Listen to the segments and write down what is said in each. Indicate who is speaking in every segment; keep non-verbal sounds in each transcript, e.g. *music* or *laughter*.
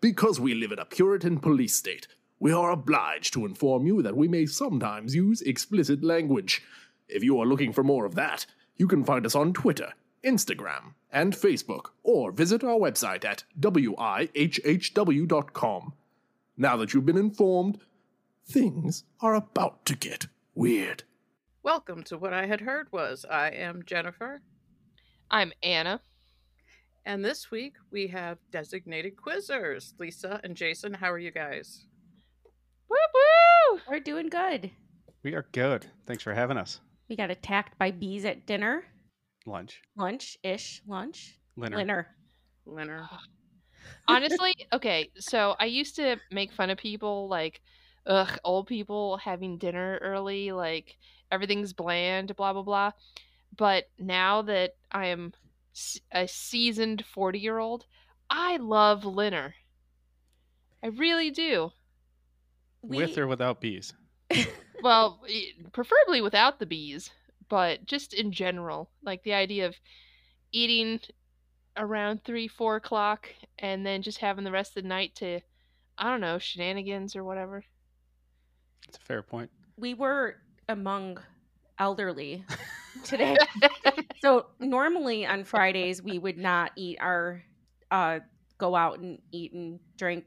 Speaker 1: Because we live in a Puritan police state, we are obliged to inform you that we may sometimes use explicit language. If you are looking for more of that, you can find us on Twitter, Instagram, and Facebook, or visit our website at wihhw.com. Now that you've been informed, things are about to get weird.
Speaker 2: Welcome to What I Had Heard Was. I am Jennifer,
Speaker 3: I'm Anna.
Speaker 2: and this week we have designated quizzers. Lisa and Jason, how are you guys?
Speaker 3: Woo woo!
Speaker 4: We're doing good.
Speaker 5: We are good. Thanks for having us.
Speaker 4: We got attacked by bees at dinner,
Speaker 5: Lunch.
Speaker 4: lunch ish, lunch,
Speaker 5: Leonard.
Speaker 4: dinner.
Speaker 2: Leonard.
Speaker 3: Honestly, okay, so I used to make fun of people like, ugh, old people having dinner early, like everything's bland, blah blah blah. But now that I am s- a seasoned forty year old, I love Linner. I really do.
Speaker 4: *laughs*
Speaker 5: With or without bees.
Speaker 3: Well, e- preferably without the bees, but just in general, like the idea of eating around three, four o'clock, and then just having the rest of the night to, I don't know, shenanigans or whatever.
Speaker 5: It's a fair point.
Speaker 4: we were among
Speaker 5: *laughs*
Speaker 4: elderly today. so normally on Fridays we would not eat our uh go out and eat and drink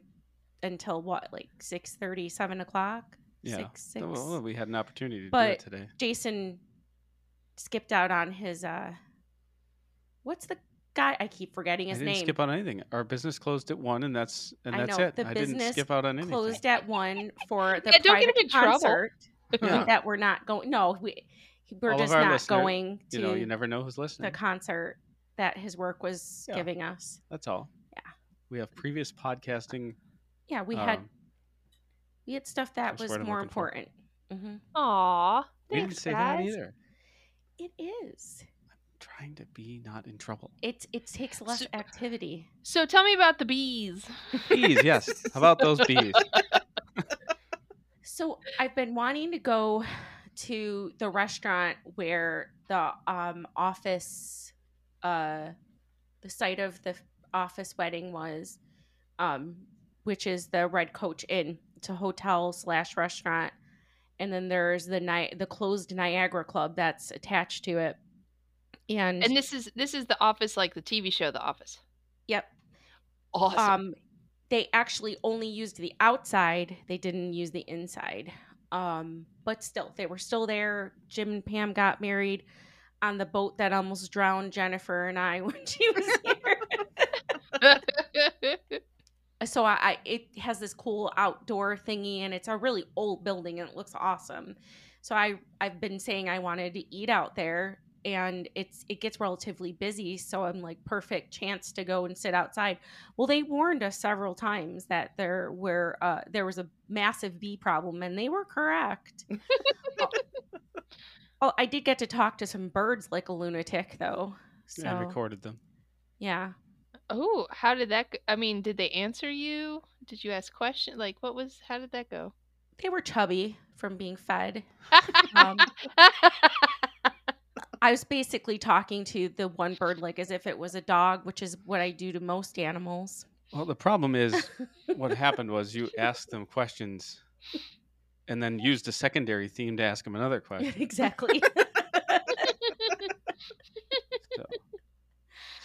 Speaker 4: until what like 6 7 o'clock
Speaker 5: Yeah.
Speaker 4: six six
Speaker 5: Oh, Well, well, we had an opportunity to do
Speaker 4: But-
Speaker 5: it today.
Speaker 4: jason skipped out on his uh what's the guy i keep forgetting
Speaker 5: I
Speaker 4: his
Speaker 5: didn't
Speaker 4: name
Speaker 5: skip out on anything. Our business closed at one, and that's and
Speaker 4: I
Speaker 5: that's
Speaker 4: know,
Speaker 5: it.
Speaker 4: the
Speaker 5: I didn't
Speaker 4: business
Speaker 5: skip out on anything.
Speaker 4: closed at 1 for the
Speaker 3: Yeah, don't get
Speaker 4: private
Speaker 3: him in trouble.
Speaker 4: concert
Speaker 5: Yeah.
Speaker 4: that we're not going no we we're
Speaker 5: All of
Speaker 4: just
Speaker 5: our
Speaker 4: not
Speaker 5: listener-
Speaker 4: going to
Speaker 5: You know, you never know who's
Speaker 4: the
Speaker 5: listening.
Speaker 4: concert that his work was
Speaker 5: Yeah.
Speaker 4: giving us.
Speaker 5: that's all.
Speaker 4: Yeah.
Speaker 5: We have previous podcasting.
Speaker 4: Yeah, we had
Speaker 5: um,
Speaker 4: we had stuff that
Speaker 5: that's
Speaker 4: was
Speaker 5: what I'm
Speaker 4: more
Speaker 5: looking for.
Speaker 4: important. hmm
Speaker 3: *laughs* Aw,
Speaker 5: we didn't
Speaker 3: thanks,
Speaker 5: say
Speaker 3: guys.
Speaker 5: that either.
Speaker 4: It is.
Speaker 5: Trying to be not in trouble.
Speaker 4: It it takes less
Speaker 3: So-
Speaker 4: activity.
Speaker 3: So tell me about the bees.
Speaker 5: Bees, yes. How about those
Speaker 4: *laughs*
Speaker 5: bees?
Speaker 4: So I've been wanting to go to the restaurant where the um office uh the site of the office wedding was um which is the red coach inn it's a hotel slash restaurant and then there's the night the closed niagara club that's attached to it and,
Speaker 3: And this is this is the office, like the TV show, The Office.
Speaker 4: yep
Speaker 3: Awesome.
Speaker 4: um they actually only used the outside they didn't use the inside um but still they were still there jim and pam got married on the boat that almost drowned jennifer and i *laughs* when she was here
Speaker 3: Um,
Speaker 4: so I, I it has this cool outdoor thingy and it's a really old building and it looks awesome so i i've been saying i wanted to eat out there and it's it gets relatively busy so i'm like perfect chance to go and sit outside well they warned us several times that there were uh, there was a massive bee problem and they were correct oh, oh, i did get to talk to some birds like a lunatic though so
Speaker 5: I recorded them.
Speaker 4: yeah
Speaker 3: *laughs* oh, how did that? Go? I mean, did they answer you? Did you ask questions? Like, what was? How did that go?
Speaker 4: they were chubby from being fed um, I was basically talking to the one bird like as if it was a dog, which is what I do to most animals.
Speaker 5: Well, the
Speaker 2: *laughs*
Speaker 5: problem is what happened was you asked them questions and then used a secondary theme to ask them another question.
Speaker 4: *laughs* exactly.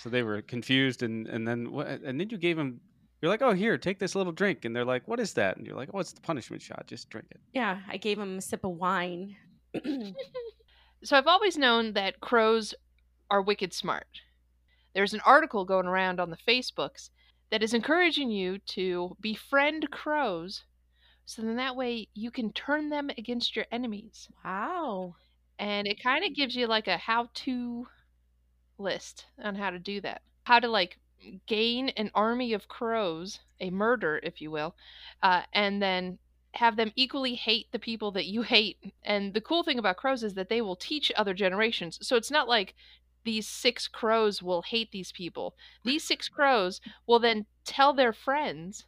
Speaker 5: So they were confused, and and then what? And then you gave them. You're like, oh, here, take this little drink, and they're like, what is that? And you're like, oh, it's the punishment shot. Just drink it.
Speaker 4: yeah, I gave him a sip of wine. *clears throat*
Speaker 3: so I've always known that crows are wicked smart. There's an article going around on the Facebooks that is encouraging you to befriend crows so then that way you can turn them against your enemies.
Speaker 4: wow.
Speaker 3: And it kind of gives you like a how to list on how to do that. How to like gain an army of crows, a murder, if you will, uh, and then have them equally hate the people that you hate. And the cool thing about crows is that they will teach other generations. So it's not like these six crows will hate these people. These six crows will then tell their friends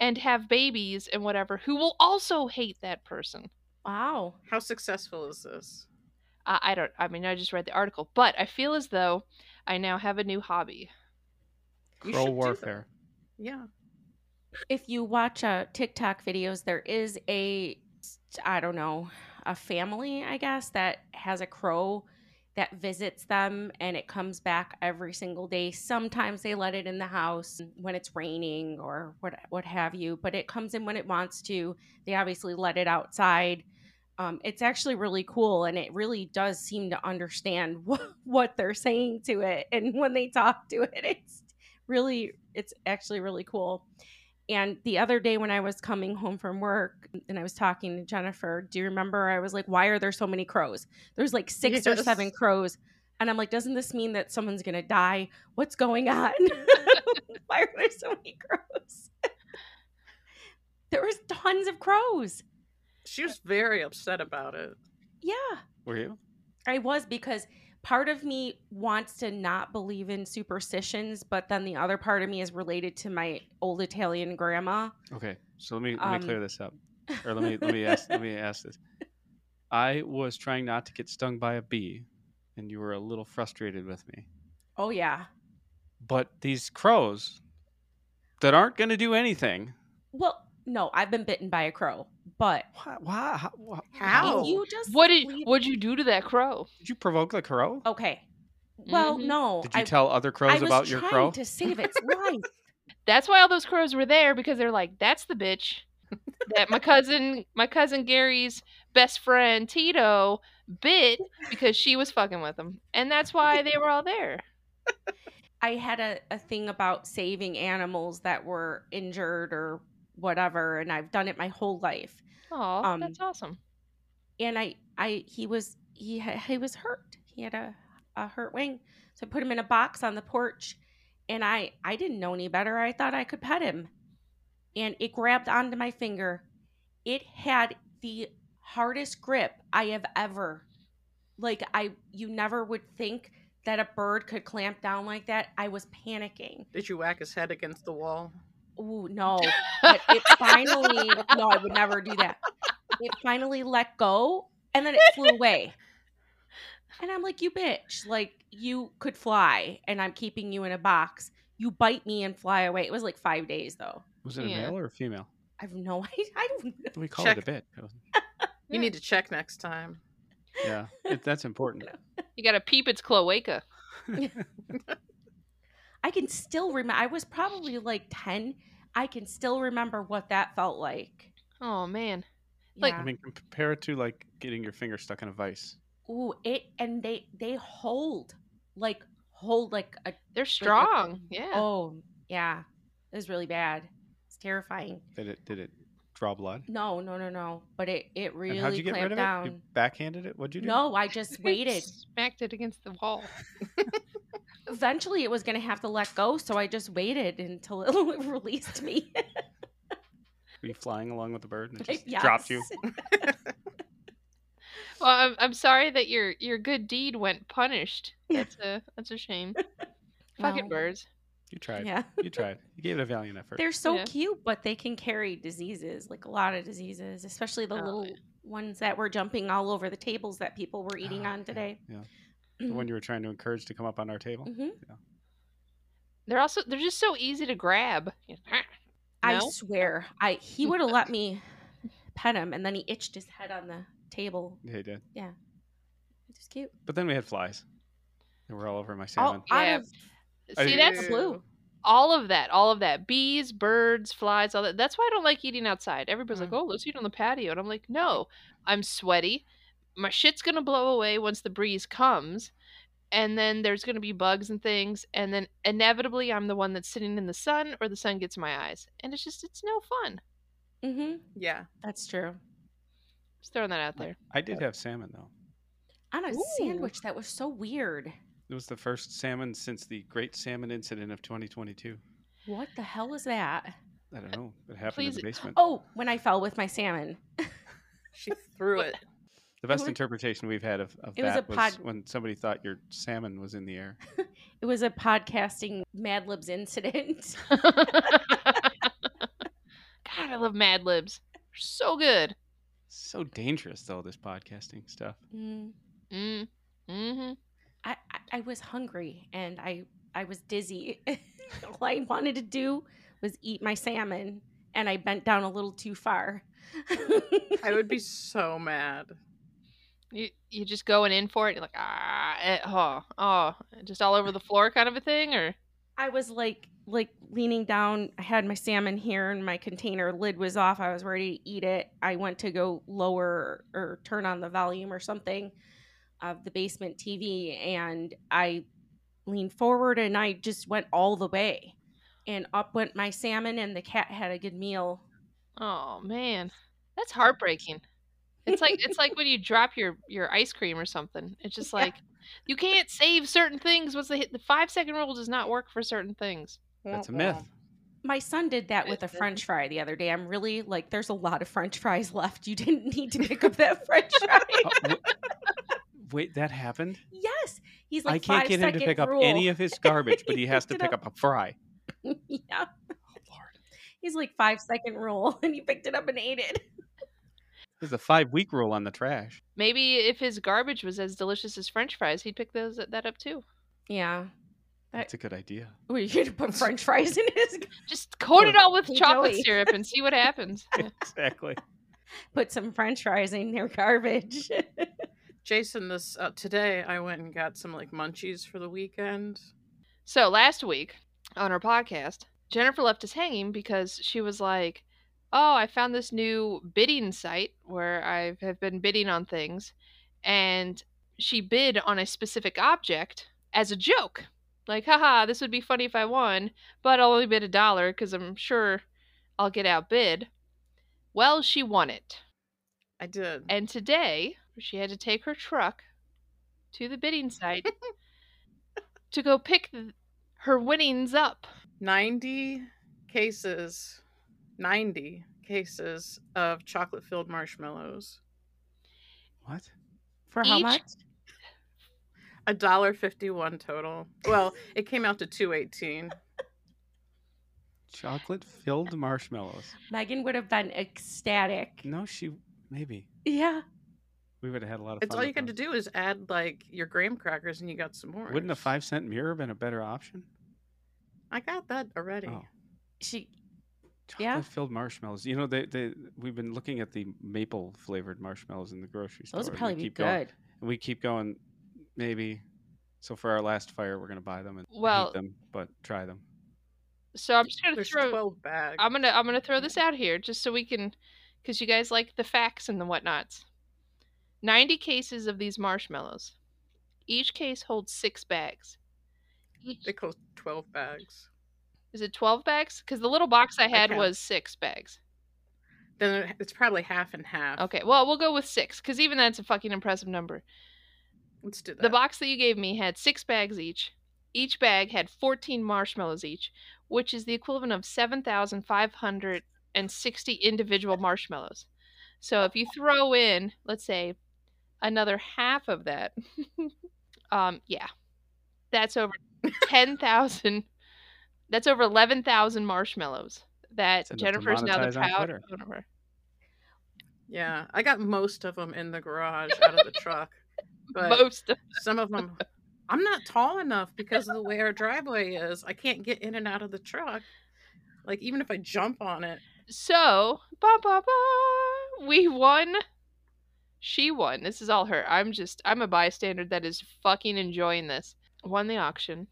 Speaker 3: and have babies and whatever who will also hate that person.
Speaker 4: Wow.
Speaker 2: How successful is this?
Speaker 3: I I don't. I mean, I just read the article, but I feel as though I now have a new hobby.
Speaker 2: You
Speaker 5: Crow
Speaker 2: should do that.
Speaker 5: warfare.
Speaker 2: Yeah.
Speaker 4: if you watch uh, TikTok videos, there is a, I don't know, a family, I guess, that has a crow that visits them and it comes back every single day. Sometimes they let it in the house when it's raining or what, what have you, but it comes in when it wants to. They obviously let it outside. Um, it's actually really cool and it really does seem to understand *laughs* what, what they're saying to it. And when they talk to it, it's really, it's actually really cool. And the other day when I was coming home from work and I was talking to Jennifer, do you remember? I was like, why are there so many crows? There's like six or
Speaker 2: Yes.
Speaker 4: seven crows. And I'm like, doesn't this mean that someone's going to die? What's going on? *laughs* why are there so many crows? there was tons of crows.
Speaker 2: She was very upset about it.
Speaker 4: Yeah.
Speaker 5: Were you?
Speaker 4: I was because part of me wants to not believe in superstitions, but then the other part of me is related to my old Italian grandma.
Speaker 5: Okay, so let me let me
Speaker 4: Um,
Speaker 5: clear this up, or let me let me ask let me ask this. I was trying not to get stung by a bee, and you were a little frustrated with me.
Speaker 4: *laughs* Oh yeah.
Speaker 5: But these crows that aren't going to do anything.
Speaker 4: Well, no, I've been bitten by a crow, but
Speaker 5: Why? why how, wha-
Speaker 2: How?
Speaker 4: if you just
Speaker 3: What did
Speaker 4: leave-
Speaker 3: what'd you do to that crow?
Speaker 5: Did you provoke the crow?
Speaker 4: *laughs* Okay. Oh, Well,
Speaker 3: Mhm.
Speaker 4: no.
Speaker 5: Did you
Speaker 4: I,
Speaker 5: tell other
Speaker 4: I
Speaker 5: crows
Speaker 4: was
Speaker 5: about your
Speaker 4: trying
Speaker 5: crow?
Speaker 4: to save
Speaker 5: *laughs*
Speaker 4: its life.
Speaker 3: That's why all those crows were there because they're like, that's the bitch that my cousin my cousin Gary's best friend Tito bit because she was fucking with him, and that's why they were all there.
Speaker 4: I had a, a thing about saving animals that were injured or whatever, and I've done it my whole life.
Speaker 3: Oh,
Speaker 4: Um,
Speaker 3: that's awesome.
Speaker 4: and I, I, he was, he, ha- he was hurt. He had a, a hurt wing, so I put him in a box on the porch, and I, I didn't know any better. I thought I could pet him, and it grabbed onto my finger. It had the hardest grip I have ever, like I, you never would think that a bird could clamp down like that. I was panicking.
Speaker 2: Did you whack his head against the wall?
Speaker 4: Ooh, no. But it finally, no, I would never do that. It finally let go and then it flew away. And I'm like, you bitch, like you could fly and I'm keeping you in a box. You bite me and fly away. It was like five days though.
Speaker 5: Was it a
Speaker 3: Yeah.
Speaker 5: male or a female?
Speaker 4: I have no *laughs* idea. I don't
Speaker 5: We call it
Speaker 2: Check.
Speaker 5: a bit.
Speaker 2: You need to check next time.
Speaker 5: Yeah, it,
Speaker 4: *laughs*
Speaker 5: that's important.
Speaker 3: You got to peep its cloaca.
Speaker 4: I can still remember I was probably like ten. I can still remember what that felt like.
Speaker 3: Oh man, Like-
Speaker 5: I mean, compare it to like getting your finger stuck in a vice.
Speaker 4: Ooh, it and they they hold like hold like a
Speaker 3: they're strong. Yeah.
Speaker 4: Oh, yeah. It was really bad. It's terrifying.
Speaker 5: Did it? Did it draw blood?
Speaker 4: No, no, no, no. But it, it really
Speaker 5: and how'd you get
Speaker 4: clamped
Speaker 5: rid of
Speaker 4: down.
Speaker 5: it? You backhanded it? What'd you do?
Speaker 4: No, I just
Speaker 5: *laughs*
Speaker 4: waited.
Speaker 3: Smacked it against the wall.
Speaker 4: Eventually, it was going to have to let go. So I just waited until *laughs* it released me.
Speaker 5: Were you flying along with the bird and it *laughs* just
Speaker 4: *laughs* Yes.
Speaker 5: dropped you?
Speaker 3: Well, I'm, I'm sorry that your your good deed went punished. That's a that's a shame. Fucking
Speaker 4: Well,
Speaker 3: birds.
Speaker 5: You tried.
Speaker 4: Yeah.
Speaker 5: You tried. You gave it a valiant effort.
Speaker 4: They're so
Speaker 3: Yeah.
Speaker 4: cute, but they can carry diseases, like a lot of diseases, especially the
Speaker 3: Oh,
Speaker 4: little
Speaker 3: yeah.
Speaker 4: ones that were jumping all over the tables that people were eating
Speaker 5: Ah,
Speaker 4: on
Speaker 5: yeah,
Speaker 4: today.
Speaker 5: Yeah.
Speaker 4: *clears throat*
Speaker 5: The one you were trying to encourage to come up on our table.
Speaker 4: Mhm.
Speaker 3: They're also they're just so easy to grab. *laughs*
Speaker 4: I
Speaker 3: No?
Speaker 4: swear, I he would have let me pet him, and then he itched his head on the table.
Speaker 5: They did.
Speaker 4: It was cute.
Speaker 5: But then we had flies. They were all over my salmon.
Speaker 4: Oh, out
Speaker 3: Yeah.
Speaker 4: of
Speaker 5: I-
Speaker 3: See, that's
Speaker 2: Ew.
Speaker 4: blue.
Speaker 3: all of that, all of that. Bees, birds, flies, all that. That's why I don't like eating outside. Everybody's like, oh, let's eat on the patio. And I'm like, no, I'm sweaty. My shit's going to blow away once the breeze comes. And then there's going to be bugs and things. And then inevitably, I'm the one that's sitting in the sun or the sun gets in my eyes. And it's just, it's no fun.
Speaker 4: Mm-hmm.
Speaker 2: Yeah.
Speaker 4: That's true.
Speaker 3: Just throwing that out there.
Speaker 5: I did have salmon though.
Speaker 4: On a
Speaker 3: Ooh.
Speaker 4: sandwich that was so weird.
Speaker 5: It was the first salmon since the Great Salmon Incident of 2022.
Speaker 4: What the hell is that?
Speaker 5: I don't know. It happened
Speaker 3: Please-
Speaker 5: in the basement.
Speaker 4: *laughs* Oh, when I fell with my salmon.
Speaker 2: She threw it.
Speaker 5: the best
Speaker 4: was-
Speaker 5: interpretation we've had of, of
Speaker 4: It was
Speaker 5: that
Speaker 4: a
Speaker 5: was
Speaker 4: pod-
Speaker 5: when somebody thought your salmon was in the air.
Speaker 4: It was a podcasting Mad Libs incident.
Speaker 3: *laughs*
Speaker 4: *laughs*
Speaker 3: God, I love Mad Libs. They're so good.
Speaker 5: So dangerous though, this podcasting stuff.
Speaker 4: Mm.
Speaker 3: Mm. hmm
Speaker 4: I, *laughs* I I was hungry and I I was dizzy. All I wanted to do was eat my salmon, and I bent down a little too far. *laughs*
Speaker 2: I would be so mad.
Speaker 3: You you just going in for it? You're like ah, eh, oh, oh, just all over the floor kind of a thing, or
Speaker 4: I was like like leaning down. I had my salmon here and my container lid was off. I was ready to eat it. I went to go lower or turn on the volume or something of the basement TV and I leaned forward and I just went all the way. And up went my salmon and the cat had a good meal.
Speaker 3: oh man, that's heartbreaking. It's like it's like when you drop your your ice cream or something. It's just
Speaker 4: Yeah.
Speaker 3: like you can't save certain things. What's the hit? The five second rule does not work for certain things.
Speaker 5: That's a
Speaker 2: Wah,
Speaker 5: myth.
Speaker 4: My son did that with a
Speaker 3: Good.
Speaker 4: french fry the other day. I'm really like, there's a lot of french fries *laughs* left. You didn't need to pick up that french fry. *laughs*
Speaker 5: Oh, wh- Wait, that happened?
Speaker 4: yes. He's like,
Speaker 5: I can't
Speaker 4: five
Speaker 5: get him to
Speaker 4: second
Speaker 5: pick up
Speaker 4: rule.
Speaker 5: any of his garbage,
Speaker 4: *laughs*
Speaker 5: but
Speaker 4: He
Speaker 5: he has to
Speaker 4: picked it
Speaker 5: pick up a fry.
Speaker 4: *laughs* yeah. He's like five second rule, *laughs* and he picked it up and ate it.
Speaker 5: There's a five week rule on the trash.
Speaker 3: Maybe if his garbage was as delicious as French fries, he'd pick those that up too.
Speaker 4: Yeah.
Speaker 5: That's a good idea.
Speaker 4: Were you gonna *laughs* put French fries in his?
Speaker 3: Just coat it all with
Speaker 4: Hey,
Speaker 3: chocolate
Speaker 4: Joey.
Speaker 3: syrup and see what happens.
Speaker 4: *laughs*
Speaker 3: Yeah.
Speaker 5: Exactly.
Speaker 4: Put some French fries in their garbage. *laughs*
Speaker 2: Jason, this uh, today I went and got some like munchies for the weekend.
Speaker 3: So last week on our podcast, Jennifer left us hanging because she was like, "Oh, I found this new bidding site where I have been bidding on things," and she bid on a specific object as a joke, like, "Haha, this would be funny if I won, but I'll only bid a dollar because I'm sure I'll get outbid." Well, she won it.
Speaker 2: I did.
Speaker 3: And today, she had to take her truck to the bidding site to go pick th- her winnings up.
Speaker 2: 90 cases, 90 cases of chocolate filled marshmallows.
Speaker 5: What?
Speaker 4: For
Speaker 3: Each-
Speaker 2: A dollar fifty one total.
Speaker 5: *laughs*
Speaker 2: Well, it came out to two eighteen.
Speaker 5: Chocolate filled marshmallows.
Speaker 4: Megan would have been ecstatic.
Speaker 5: No, she maybe
Speaker 4: Yeah.
Speaker 5: we would have had a lot of.
Speaker 2: It's all
Speaker 5: fun with
Speaker 2: you got to
Speaker 5: those.
Speaker 2: do is add like your graham crackers, and you got some more.
Speaker 5: Wouldn't a five cent mirror been a better option?
Speaker 2: I got that already.
Speaker 5: Oh,
Speaker 4: She.
Speaker 5: chocolate
Speaker 4: Yeah.
Speaker 5: filled marshmallows. You know, they, they we've been looking at the maple flavored marshmallows in the grocery store.
Speaker 4: Those would
Speaker 5: and we
Speaker 4: probably be
Speaker 5: keep going-
Speaker 4: good.
Speaker 5: and we keep going, maybe. So for our last fire, we're gonna buy them and
Speaker 3: Well-
Speaker 5: hate them, but try them.
Speaker 3: So I'm just gonna
Speaker 2: There's
Speaker 3: throw.
Speaker 2: twelve bags.
Speaker 3: I'm gonna I'm gonna throw this out here just so we can, because you guys like the facts and the whatnots. Ninety cases of these marshmallows. Each case holds six bags. Each,
Speaker 2: They cost twelve bags.
Speaker 3: is it twelve bags? Because the little box I had
Speaker 2: count.
Speaker 3: was six bags.
Speaker 2: Then it- it's probably half and half.
Speaker 3: Okay, well we'll go with six because even that's a fucking impressive number.
Speaker 2: let's do that.
Speaker 3: The box that you gave me had six bags each. Each bag had 14 marshmallows each, which is the equivalent of 7,560 individual marshmallows. So if you throw in, let's say, another half of that, *laughs* um, yeah, that's
Speaker 5: *laughs*
Speaker 3: over 10,000. That's over 11,000 marshmallows that
Speaker 5: It's enough to
Speaker 3: Jennifer's now the
Speaker 5: monetize on
Speaker 3: proud
Speaker 5: Twitter.
Speaker 3: owner. of.
Speaker 2: Yeah, I got most of them in the
Speaker 3: *laughs*
Speaker 2: garage out of the truck, but
Speaker 3: Most of
Speaker 2: some of them. I'm not tall enough because of the way our driveway is. I can't get in and out of the truck. Like even if I jump on it,
Speaker 3: So, ba ba ba, we won. She won. This is all her. I'm just, I'm a bystander that is fucking enjoying this. Won the auction.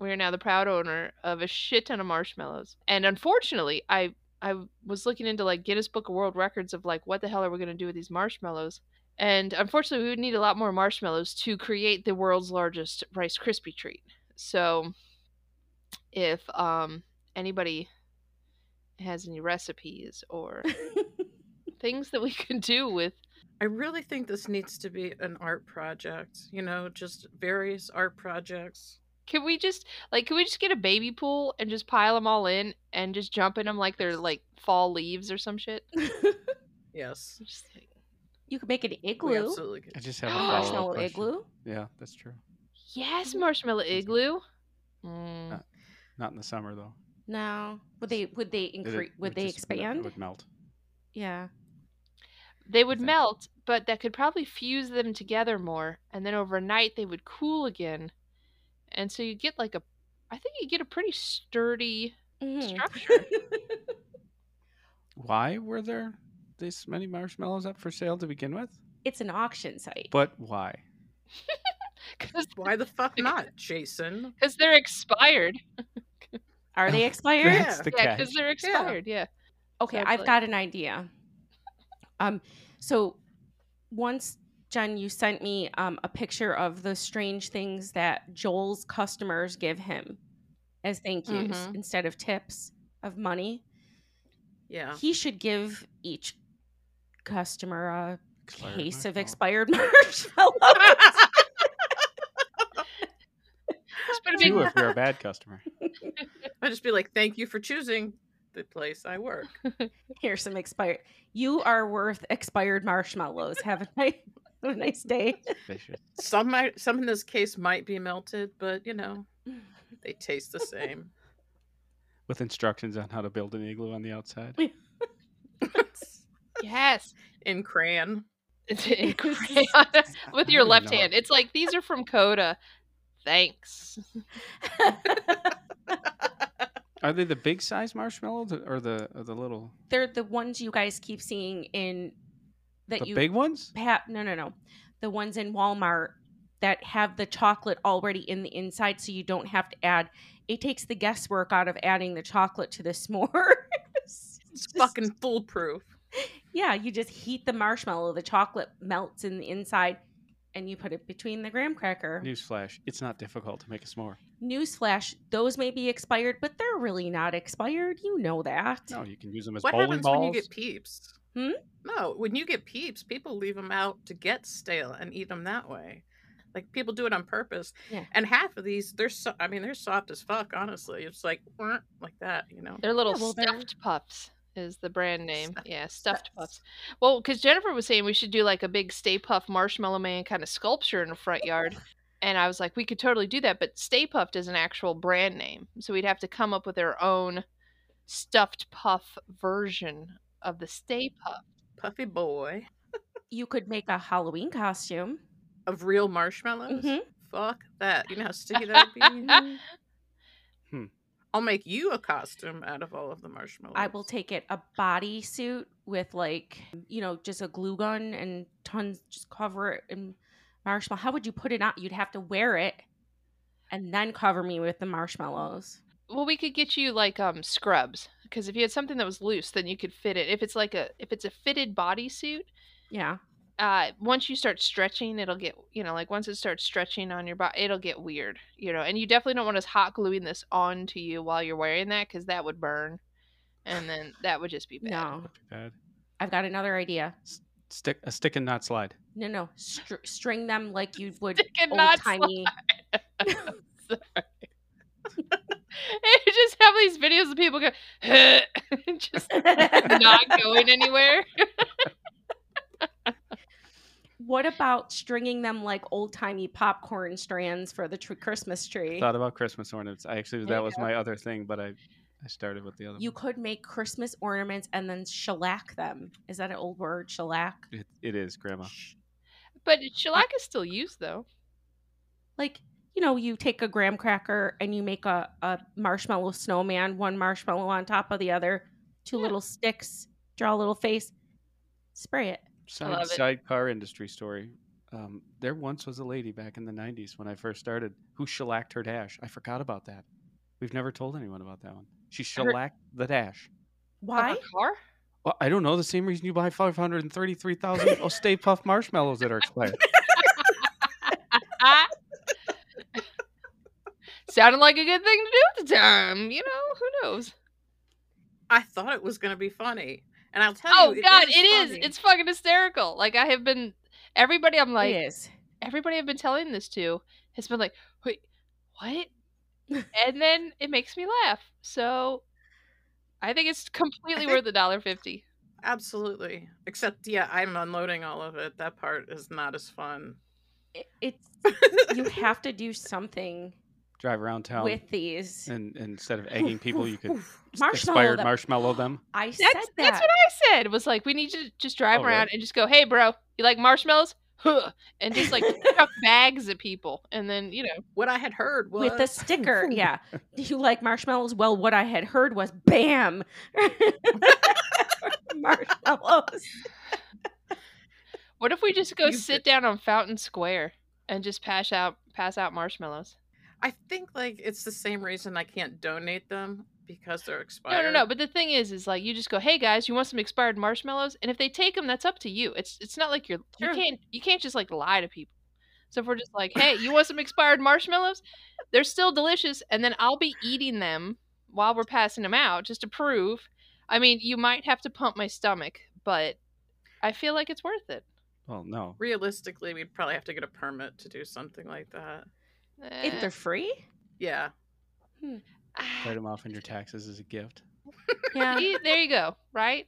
Speaker 3: We are now the proud owner of a shit ton of marshmallows. And unfortunately, I I was looking into like Guinness Book of World Records of like what the hell are we gonna do with these marshmallows? And unfortunately, we would need a lot more marshmallows to create the world's largest Rice Krispie treat. So, if um anybody has any recipes
Speaker 4: *laughs*
Speaker 3: or things that we can do with
Speaker 2: I really think this needs to be an art project. You know, just various art projects.
Speaker 3: can we just like can we just get a baby pool and just pile them all in and just jump in them like they're like fall leaves or some shit
Speaker 2: Yes,
Speaker 3: Just like-
Speaker 4: *laughs* you could make an
Speaker 2: we
Speaker 4: igloo.
Speaker 2: absolutely could.
Speaker 5: I just
Speaker 4: *gasps*
Speaker 5: have a follow-up
Speaker 4: Marshmallow
Speaker 5: question.
Speaker 4: igloo.
Speaker 5: Yeah, that's true.
Speaker 3: yes marshmallow
Speaker 5: good.
Speaker 3: igloo Mm,
Speaker 5: Uh, Not in the summer though.
Speaker 4: No. Would they? Would they
Speaker 5: It- it
Speaker 4: increase? Would they
Speaker 5: just- it
Speaker 4: expand?
Speaker 5: would melt.
Speaker 4: Yeah.
Speaker 3: they would
Speaker 5: think-
Speaker 3: melt but that could probably fuse them together more and then overnight they would cool again and so you get like a i think you get a pretty sturdy
Speaker 4: Mhm.
Speaker 3: structure. *laughs*
Speaker 5: Why were there this many marshmallows up for sale to begin with?
Speaker 4: *laughs* it's an auction site.
Speaker 5: But why? *laughs*
Speaker 3: *laughs*
Speaker 2: Why the fuck not, Jason?
Speaker 3: Because they're expired.
Speaker 4: Are they expired?
Speaker 2: Yeah.
Speaker 5: That's the
Speaker 3: Yeah,
Speaker 5: catch.
Speaker 3: because they're expired. Yeah.
Speaker 4: Okay,
Speaker 3: Exactly.
Speaker 4: I've got an idea. Um, so once Jen, you sent me um, a picture of the strange things that Joel's customers give him as thank yous
Speaker 3: Mhm.
Speaker 4: instead of tips of money.
Speaker 2: Yeah.
Speaker 4: He should give each customer a
Speaker 5: Expired
Speaker 4: case of
Speaker 5: marshmallow.
Speaker 4: expired *laughs* marshmallows.
Speaker 3: Just put a big
Speaker 5: Two if you're
Speaker 4: *laughs*
Speaker 5: a bad customer.
Speaker 2: I'd just be like, thank you for choosing the place I
Speaker 5: *laughs*
Speaker 2: work.
Speaker 4: Here's some expired. You are worth expired marshmallows. Have a nice, *laughs* have a nice day. *laughs*
Speaker 5: Vicious.
Speaker 2: Some might, some in this case might be melted, but you know, they taste the
Speaker 5: *laughs*
Speaker 2: same. *laughs*
Speaker 5: With instructions on how to build an igloo on the outside.
Speaker 3: yes.
Speaker 2: in crayon.
Speaker 3: It's *laughs*
Speaker 4: *laughs*
Speaker 3: in crayon. With your
Speaker 5: I don't
Speaker 3: left
Speaker 5: know.
Speaker 3: hand. It's like these are from Coda. Thanks.
Speaker 5: Are they the big size marshmallows or the or the little
Speaker 4: They're the ones you guys keep seeing in that
Speaker 5: the
Speaker 4: you
Speaker 5: big ones?
Speaker 4: pa- no no no the ones in Walmart that have the chocolate already in the inside so you don't have to add it takes the guesswork out of adding the chocolate to the *laughs* s'more. It's
Speaker 2: It's
Speaker 4: just-
Speaker 2: fucking foolproof.
Speaker 4: yeah, you just heat the marshmallow, the chocolate melts in the inside and you put it between the graham cracker.
Speaker 5: Newsflash: It's not difficult to make a s'more.
Speaker 4: Newsflash, those may be expired, but they're really not expired. You know that.
Speaker 5: No, you can use them as
Speaker 2: What
Speaker 5: bowling
Speaker 2: happens
Speaker 5: balls.
Speaker 2: when you get peeps?
Speaker 4: Hmm?
Speaker 2: No, when you get peeps, people leave them out to get stale and eat them that way. Like people do it on purpose.
Speaker 4: Yeah.
Speaker 2: And half of these, they're so, I mean, they're soft as fuck. Honestly, it's like "Wah," like that, you know.
Speaker 3: They're little
Speaker 4: Yeah, well, they're-
Speaker 3: stuffed puffs is the brand name. Yeah, stuffed
Speaker 2: Stuffed.
Speaker 3: puffs. Well, because Jennifer was saying we should do like a big Stay Puff Marshmallow Man kind of sculpture in the front
Speaker 4: *laughs*
Speaker 3: yard. And I was like, we could totally do that, but Stay Puffed is an actual brand name. So we'd have to come up with our own stuffed puff version of the Stay Puff.
Speaker 2: Puffy boy
Speaker 4: You could make a Halloween costume.
Speaker 2: of real marshmallows.
Speaker 3: Mm-hmm.
Speaker 4: Mhm.
Speaker 2: Fuck that. You know how sticky that would be?
Speaker 3: *laughs*
Speaker 5: Hmm.
Speaker 2: I'll make you a costume out of all of the marshmallows.
Speaker 4: I will take it a bodysuit with like you know just a glue gun and tons just cover it in marshmallow. How would you put it on? You'd have to wear it and then cover me with the marshmallows.
Speaker 3: Well, we could get you like um scrubs because if you had something that was loose, then you could fit it. If it's like a if it's a fitted bodysuit,
Speaker 4: Yeah.
Speaker 3: uh once you start stretching it'll get you know like once it starts stretching on your body it'll get weird you know and you definitely don't want us hot gluing this onto you while you're wearing that because that would burn and then that would just be bad *laughs*
Speaker 4: No.
Speaker 5: Not too bad.
Speaker 4: I've got another idea.
Speaker 5: Stick a stick and not slide.
Speaker 4: No, no, str- string them like you would
Speaker 3: Stick and
Speaker 4: old
Speaker 3: not
Speaker 4: timey.
Speaker 3: *laughs* You just have these videos of people go *laughs* and just not going anywhere
Speaker 4: *laughs* What about stringing them like old timey popcorn strands for the tr- Christmas tree?
Speaker 5: Thought about Christmas ornaments. I actually
Speaker 4: There
Speaker 5: that
Speaker 4: you
Speaker 5: was
Speaker 4: go.
Speaker 5: my other thing, but I I started with the other.
Speaker 4: You
Speaker 5: one.
Speaker 4: could make Christmas ornaments and then shellac them. Is that an old word? Shellac.
Speaker 5: It, it is grandma.
Speaker 3: but shellac is still used though
Speaker 4: like you know you take a graham cracker and you make a, a marshmallow snowman one marshmallow on top of the other two
Speaker 3: Yeah.
Speaker 4: little sticks draw a little face spray it
Speaker 5: Side,
Speaker 3: love it.
Speaker 5: sidecar industry story. Um, there once was a lady back in the '90s when I first started who shellacked her dash. I forgot about that. We've never told anyone about that one. She
Speaker 3: heard-
Speaker 5: shellacked the dash.
Speaker 3: Of our
Speaker 4: why
Speaker 3: car
Speaker 5: Well, I don't know. The same reason you buy 533,000 oh, Stay Puff marshmallows that are expired.
Speaker 3: Ah. sounded like a good thing to do at the time you know who knows
Speaker 2: I thought it was going to be funny. And I'll tell
Speaker 3: Oh
Speaker 2: you.
Speaker 3: god, it is.
Speaker 2: funny.
Speaker 3: It's fucking hysterical. Like I have been everybody I'm like
Speaker 4: it is
Speaker 3: everybody I've been telling this to has been like, "Wait, what?" and then it makes me laugh. So I think it's completely
Speaker 2: think-
Speaker 3: worth a dollar 50.
Speaker 2: Absolutely. Except, yeah, I'm unloading all of it. That part is not as fun.
Speaker 4: It- it's you have to do
Speaker 5: *laughs*
Speaker 4: something
Speaker 5: Drive around town.
Speaker 4: with these
Speaker 5: and, and instead of
Speaker 4: *laughs*
Speaker 5: egging people, you could
Speaker 4: marshmallow
Speaker 5: expired
Speaker 4: them.
Speaker 5: marshmallow them.
Speaker 4: i
Speaker 3: That's
Speaker 4: said that
Speaker 3: that's what I said. It was like we need you to just drive
Speaker 5: Oh, really?
Speaker 3: around and just go, "Hey, bro, you like marshmallows? *laughs* huh, and just like chuck bags at people, and then you know,
Speaker 2: *laughs* What I had heard was
Speaker 4: with a *laughs* sticker. Yeah. Do you like marshmallows? Well, what I had heard was bam. *laughs* marshmallows.
Speaker 3: what if we just go
Speaker 2: You
Speaker 3: sit
Speaker 2: did-
Speaker 3: down on Fountain Square and just pass out pass out marshmallows?
Speaker 2: I think like it's the same reason I can't donate them because they're
Speaker 3: No,
Speaker 2: expired.
Speaker 3: no, no. But the thing is, is like you just go, hey guys, you want some expired marshmallows? And if they take them, that's up to you. It's it's not like you're
Speaker 2: Sure.
Speaker 3: you can't you can't just like lie to people. So if we're just like, hey, you want some expired marshmallows? They're still delicious, and then I'll be eating them while we're passing them out just to prove. I mean, you might have to pump my stomach, but I feel like it's worth it.
Speaker 5: Well, no.
Speaker 2: Realistically, we'd probably have to get a permit to do something like that.
Speaker 4: If
Speaker 3: Eh,
Speaker 4: they're free?
Speaker 2: Yeah.
Speaker 5: Write them off in your taxes as a gift.
Speaker 3: *laughs*
Speaker 4: Yeah.
Speaker 3: see, there you go, right?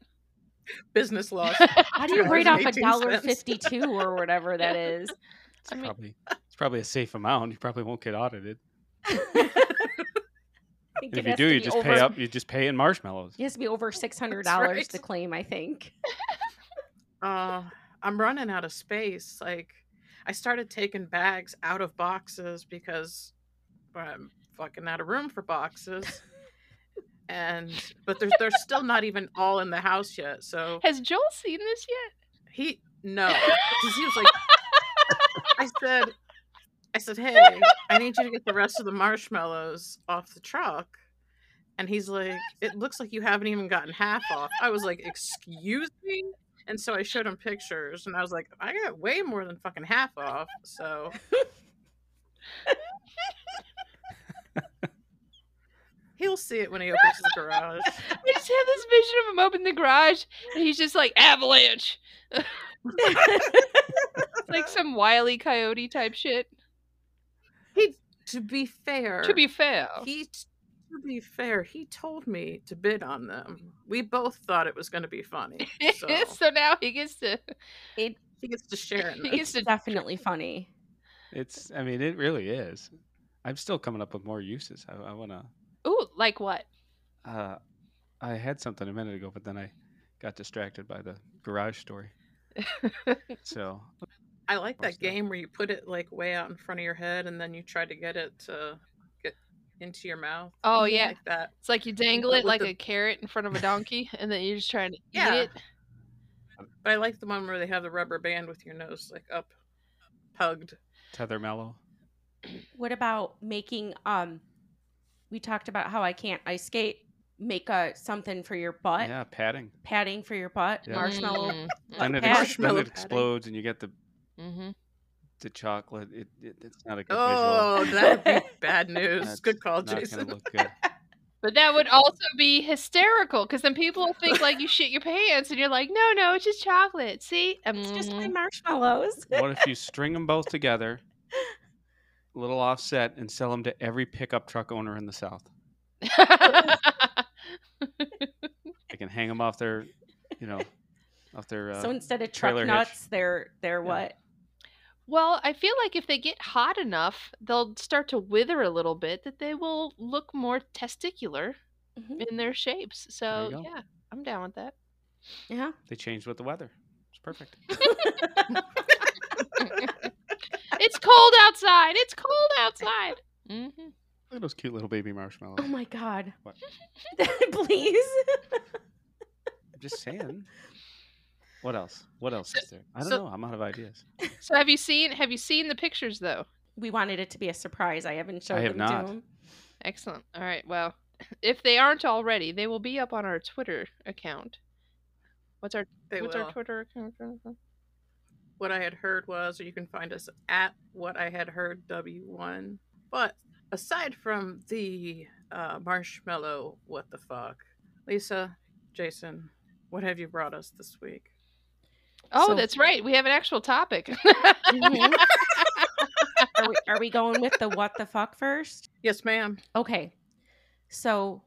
Speaker 2: Business
Speaker 3: *laughs*
Speaker 2: laws.
Speaker 4: How do you
Speaker 2: Dollars
Speaker 4: write
Speaker 2: and
Speaker 4: off a
Speaker 2: 18
Speaker 4: dollar
Speaker 2: cents.
Speaker 4: fifty-two or whatever that *laughs* is?
Speaker 5: It's
Speaker 3: I mean-
Speaker 5: probably it's probably a safe amount. You probably won't get audited.
Speaker 4: I think it
Speaker 5: And if you
Speaker 4: has
Speaker 5: do,
Speaker 4: to
Speaker 5: you
Speaker 4: be
Speaker 5: just
Speaker 4: over,
Speaker 5: pay up. You just pay in marshmallows.
Speaker 4: It has to be over six hundred dollars
Speaker 2: right.
Speaker 4: *laughs* to claim. I think.
Speaker 2: uh, I'm running out of space. Like, I started taking bags out of boxes because I'm fucking out of room for boxes. And but they're they're still not even all in the house yet. So
Speaker 3: Has Joel seen this yet? *laughs*
Speaker 2: he no, 'Cause he was like, *laughs* I said, I said, hey, I need you to get the rest of the marshmallows off the truck. And he's like, it looks like you haven't even gotten half off. I was like, excuse me? And so I showed him pictures and I was like, I got way more than fucking half off.
Speaker 3: *laughs*
Speaker 2: So he'll see it when he opens his garage.
Speaker 3: I just had this vision of him open the garage, and he's just like avalanche, like some wily coyote type shit.
Speaker 2: To be fair,
Speaker 3: To be fair,
Speaker 2: He, t- to be fair, he told me to bid on them. We both thought it was going to be funny,
Speaker 3: *laughs*
Speaker 2: so
Speaker 3: so. now he gets to.
Speaker 4: It,
Speaker 2: he gets to share in
Speaker 3: He
Speaker 2: this.
Speaker 3: gets
Speaker 4: it's
Speaker 3: to-
Speaker 4: definitely funny.
Speaker 5: It's. I mean, it really is. I'm still coming up with more uses. I, I wanna.
Speaker 3: Ooh, like what?
Speaker 5: Uh, I had something a minute ago, but then I got distracted by the
Speaker 4: *laughs*
Speaker 5: garage story. so
Speaker 2: I like
Speaker 5: course
Speaker 2: that
Speaker 5: not.
Speaker 2: game where you put it like way out in front of your head, and then you try to get it to get into your mouth.
Speaker 3: Oh
Speaker 2: I
Speaker 3: yeah,
Speaker 2: like that.
Speaker 3: it's like you dangle
Speaker 2: But
Speaker 3: it
Speaker 2: with
Speaker 3: like
Speaker 2: the-
Speaker 3: a carrot in front of a donkey, and then you're just trying to
Speaker 2: Yeah.
Speaker 3: eat it.
Speaker 2: But I like the one where they have the rubber band with your nose like up, pugged.
Speaker 5: tether mellow.
Speaker 4: What about making? Um, we talked about how I can't ice skate. Make a something for your butt,
Speaker 5: Yeah, padding.
Speaker 4: padding for your butt,
Speaker 5: Yeah.
Speaker 4: marshmallow.
Speaker 3: Mm,
Speaker 4: pad-
Speaker 5: Then it, ex- then
Speaker 2: Marshmallow
Speaker 5: it
Speaker 2: padding.
Speaker 5: explodes, and you get the
Speaker 3: mhm.
Speaker 5: the chocolate. It, it it's not a good
Speaker 2: Oh,
Speaker 5: visual.
Speaker 2: that would be
Speaker 3: *laughs*
Speaker 2: bad news.
Speaker 5: That's
Speaker 2: Good call,
Speaker 5: not gonna
Speaker 2: Jason.
Speaker 5: look good.
Speaker 3: But that would also be hysterical because then people will think like you shit your pants, and you're like, no, no, it's just chocolate. See,
Speaker 4: It's just my
Speaker 3: Mm.
Speaker 4: marshmallows.
Speaker 5: What if you string them both
Speaker 2: *laughs*
Speaker 5: together, a little offset, and sell them to every pickup truck owner in the South?
Speaker 3: *laughs*
Speaker 5: They can hang them off their, you know, off their. Uh,
Speaker 4: so instead of truck
Speaker 5: trailer hitch.
Speaker 4: nuts, they're they're
Speaker 5: Yeah.
Speaker 4: what?
Speaker 3: Well, I feel like if they get hot enough, they'll start to wither a little bit, that they will look more testicular
Speaker 2: Mm.
Speaker 4: Mhm.
Speaker 3: in their shapes. So,
Speaker 5: go.
Speaker 3: yeah, I'm down with that. *laughs*
Speaker 4: Yeah.
Speaker 5: they changed with the weather. It's perfect.
Speaker 3: it's cold outside. It's cold outside. hmm
Speaker 5: Look at those cute little baby marshmallows.
Speaker 4: Oh my god.
Speaker 5: What?
Speaker 4: *laughs* Please.
Speaker 5: I'm just saying. What else? What else is there? I don't
Speaker 2: so-
Speaker 5: know. I'm out of ideas.
Speaker 3: So, have you seen have you seen the pictures though?
Speaker 4: We wanted it to be a surprise. I haven't showed
Speaker 5: have
Speaker 4: them to
Speaker 5: not.
Speaker 4: 'em.
Speaker 3: Excellent. All right. Well, *laughs* if they aren't already, they will be up on our Twitter account. What's our
Speaker 2: They
Speaker 3: what's
Speaker 2: will.
Speaker 3: our Twitter account?
Speaker 2: what I had heard was, or you can find us at what I had heard W1. But aside from the uh, marshmallow, what the fuck, Lisa, Jason, what have you brought us this week?
Speaker 3: Oh,
Speaker 4: So-
Speaker 3: that's right. We have an actual topic.
Speaker 4: Mhm.
Speaker 2: Mm-hmm.
Speaker 4: are, we, are we going with the what the fuck first?
Speaker 2: Yes, ma'am.
Speaker 4: Okay. So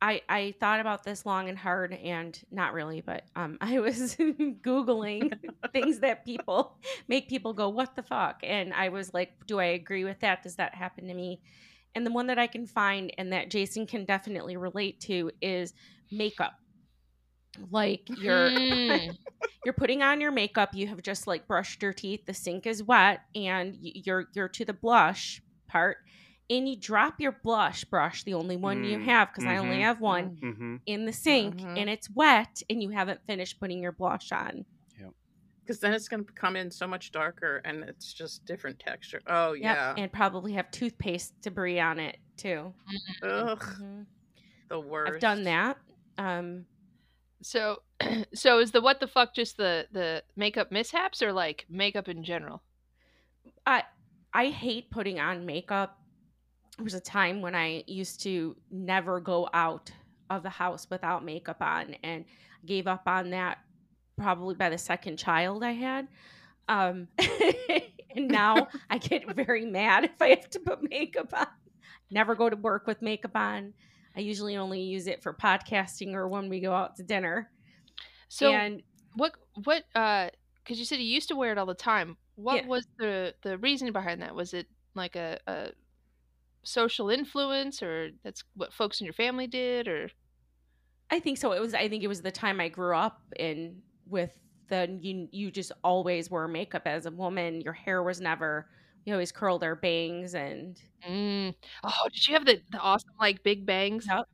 Speaker 4: I I thought about this long and hard and not really, but um *laughs* I was googling things that people make people go what the fuck and I was like, do I agree with that? Does that happen to me? And the one that I can find and that Jason can definitely relate to is makeup.
Speaker 3: *laughs*
Speaker 4: Like you're
Speaker 3: Mm.
Speaker 4: you're putting on your makeup, you have just like brushed your teeth, the sink is wet, and y- you're you're to the blush part, and you drop your blush brush, the only one you
Speaker 5: Mm,
Speaker 4: have, because I only
Speaker 5: mhm.
Speaker 4: have one
Speaker 5: Mm-hmm.
Speaker 4: in the sink
Speaker 2: Mhm.
Speaker 4: and it's wet and you haven't finished putting your blush on.
Speaker 2: Because then it's going to come in so much darker and it's just different texture. Oh,
Speaker 4: Yep,
Speaker 2: yeah.
Speaker 4: And probably have toothpaste debris on it too.
Speaker 2: Ugh,
Speaker 4: Mhm.
Speaker 2: the worst.
Speaker 4: I've done that. Um,
Speaker 3: so *clears throat* so is the what the fuck just the the makeup mishaps or like makeup in general?
Speaker 4: I hate putting on makeup. There was a time when I used to never go out of the house without makeup on and gave up on that probably by the second child I had. Um, *laughs* and now I get very mad if I have to put makeup on. Never go to work with makeup on. I usually only use it for podcasting or when we go out to dinner.
Speaker 3: So
Speaker 4: and
Speaker 3: what what uh because you said you used to wear it all the time. What
Speaker 4: Yeah.
Speaker 3: was the the reason behind that? Was it like a, a social influence or that's what folks in your family did or
Speaker 4: I think so. It was. I think it was the time I grew up in with the you. You just always wore makeup as a woman. Your hair was never. You always curled our bangs and
Speaker 3: Mm. Oh, did you have the, the awesome like big bangs?
Speaker 4: Yep.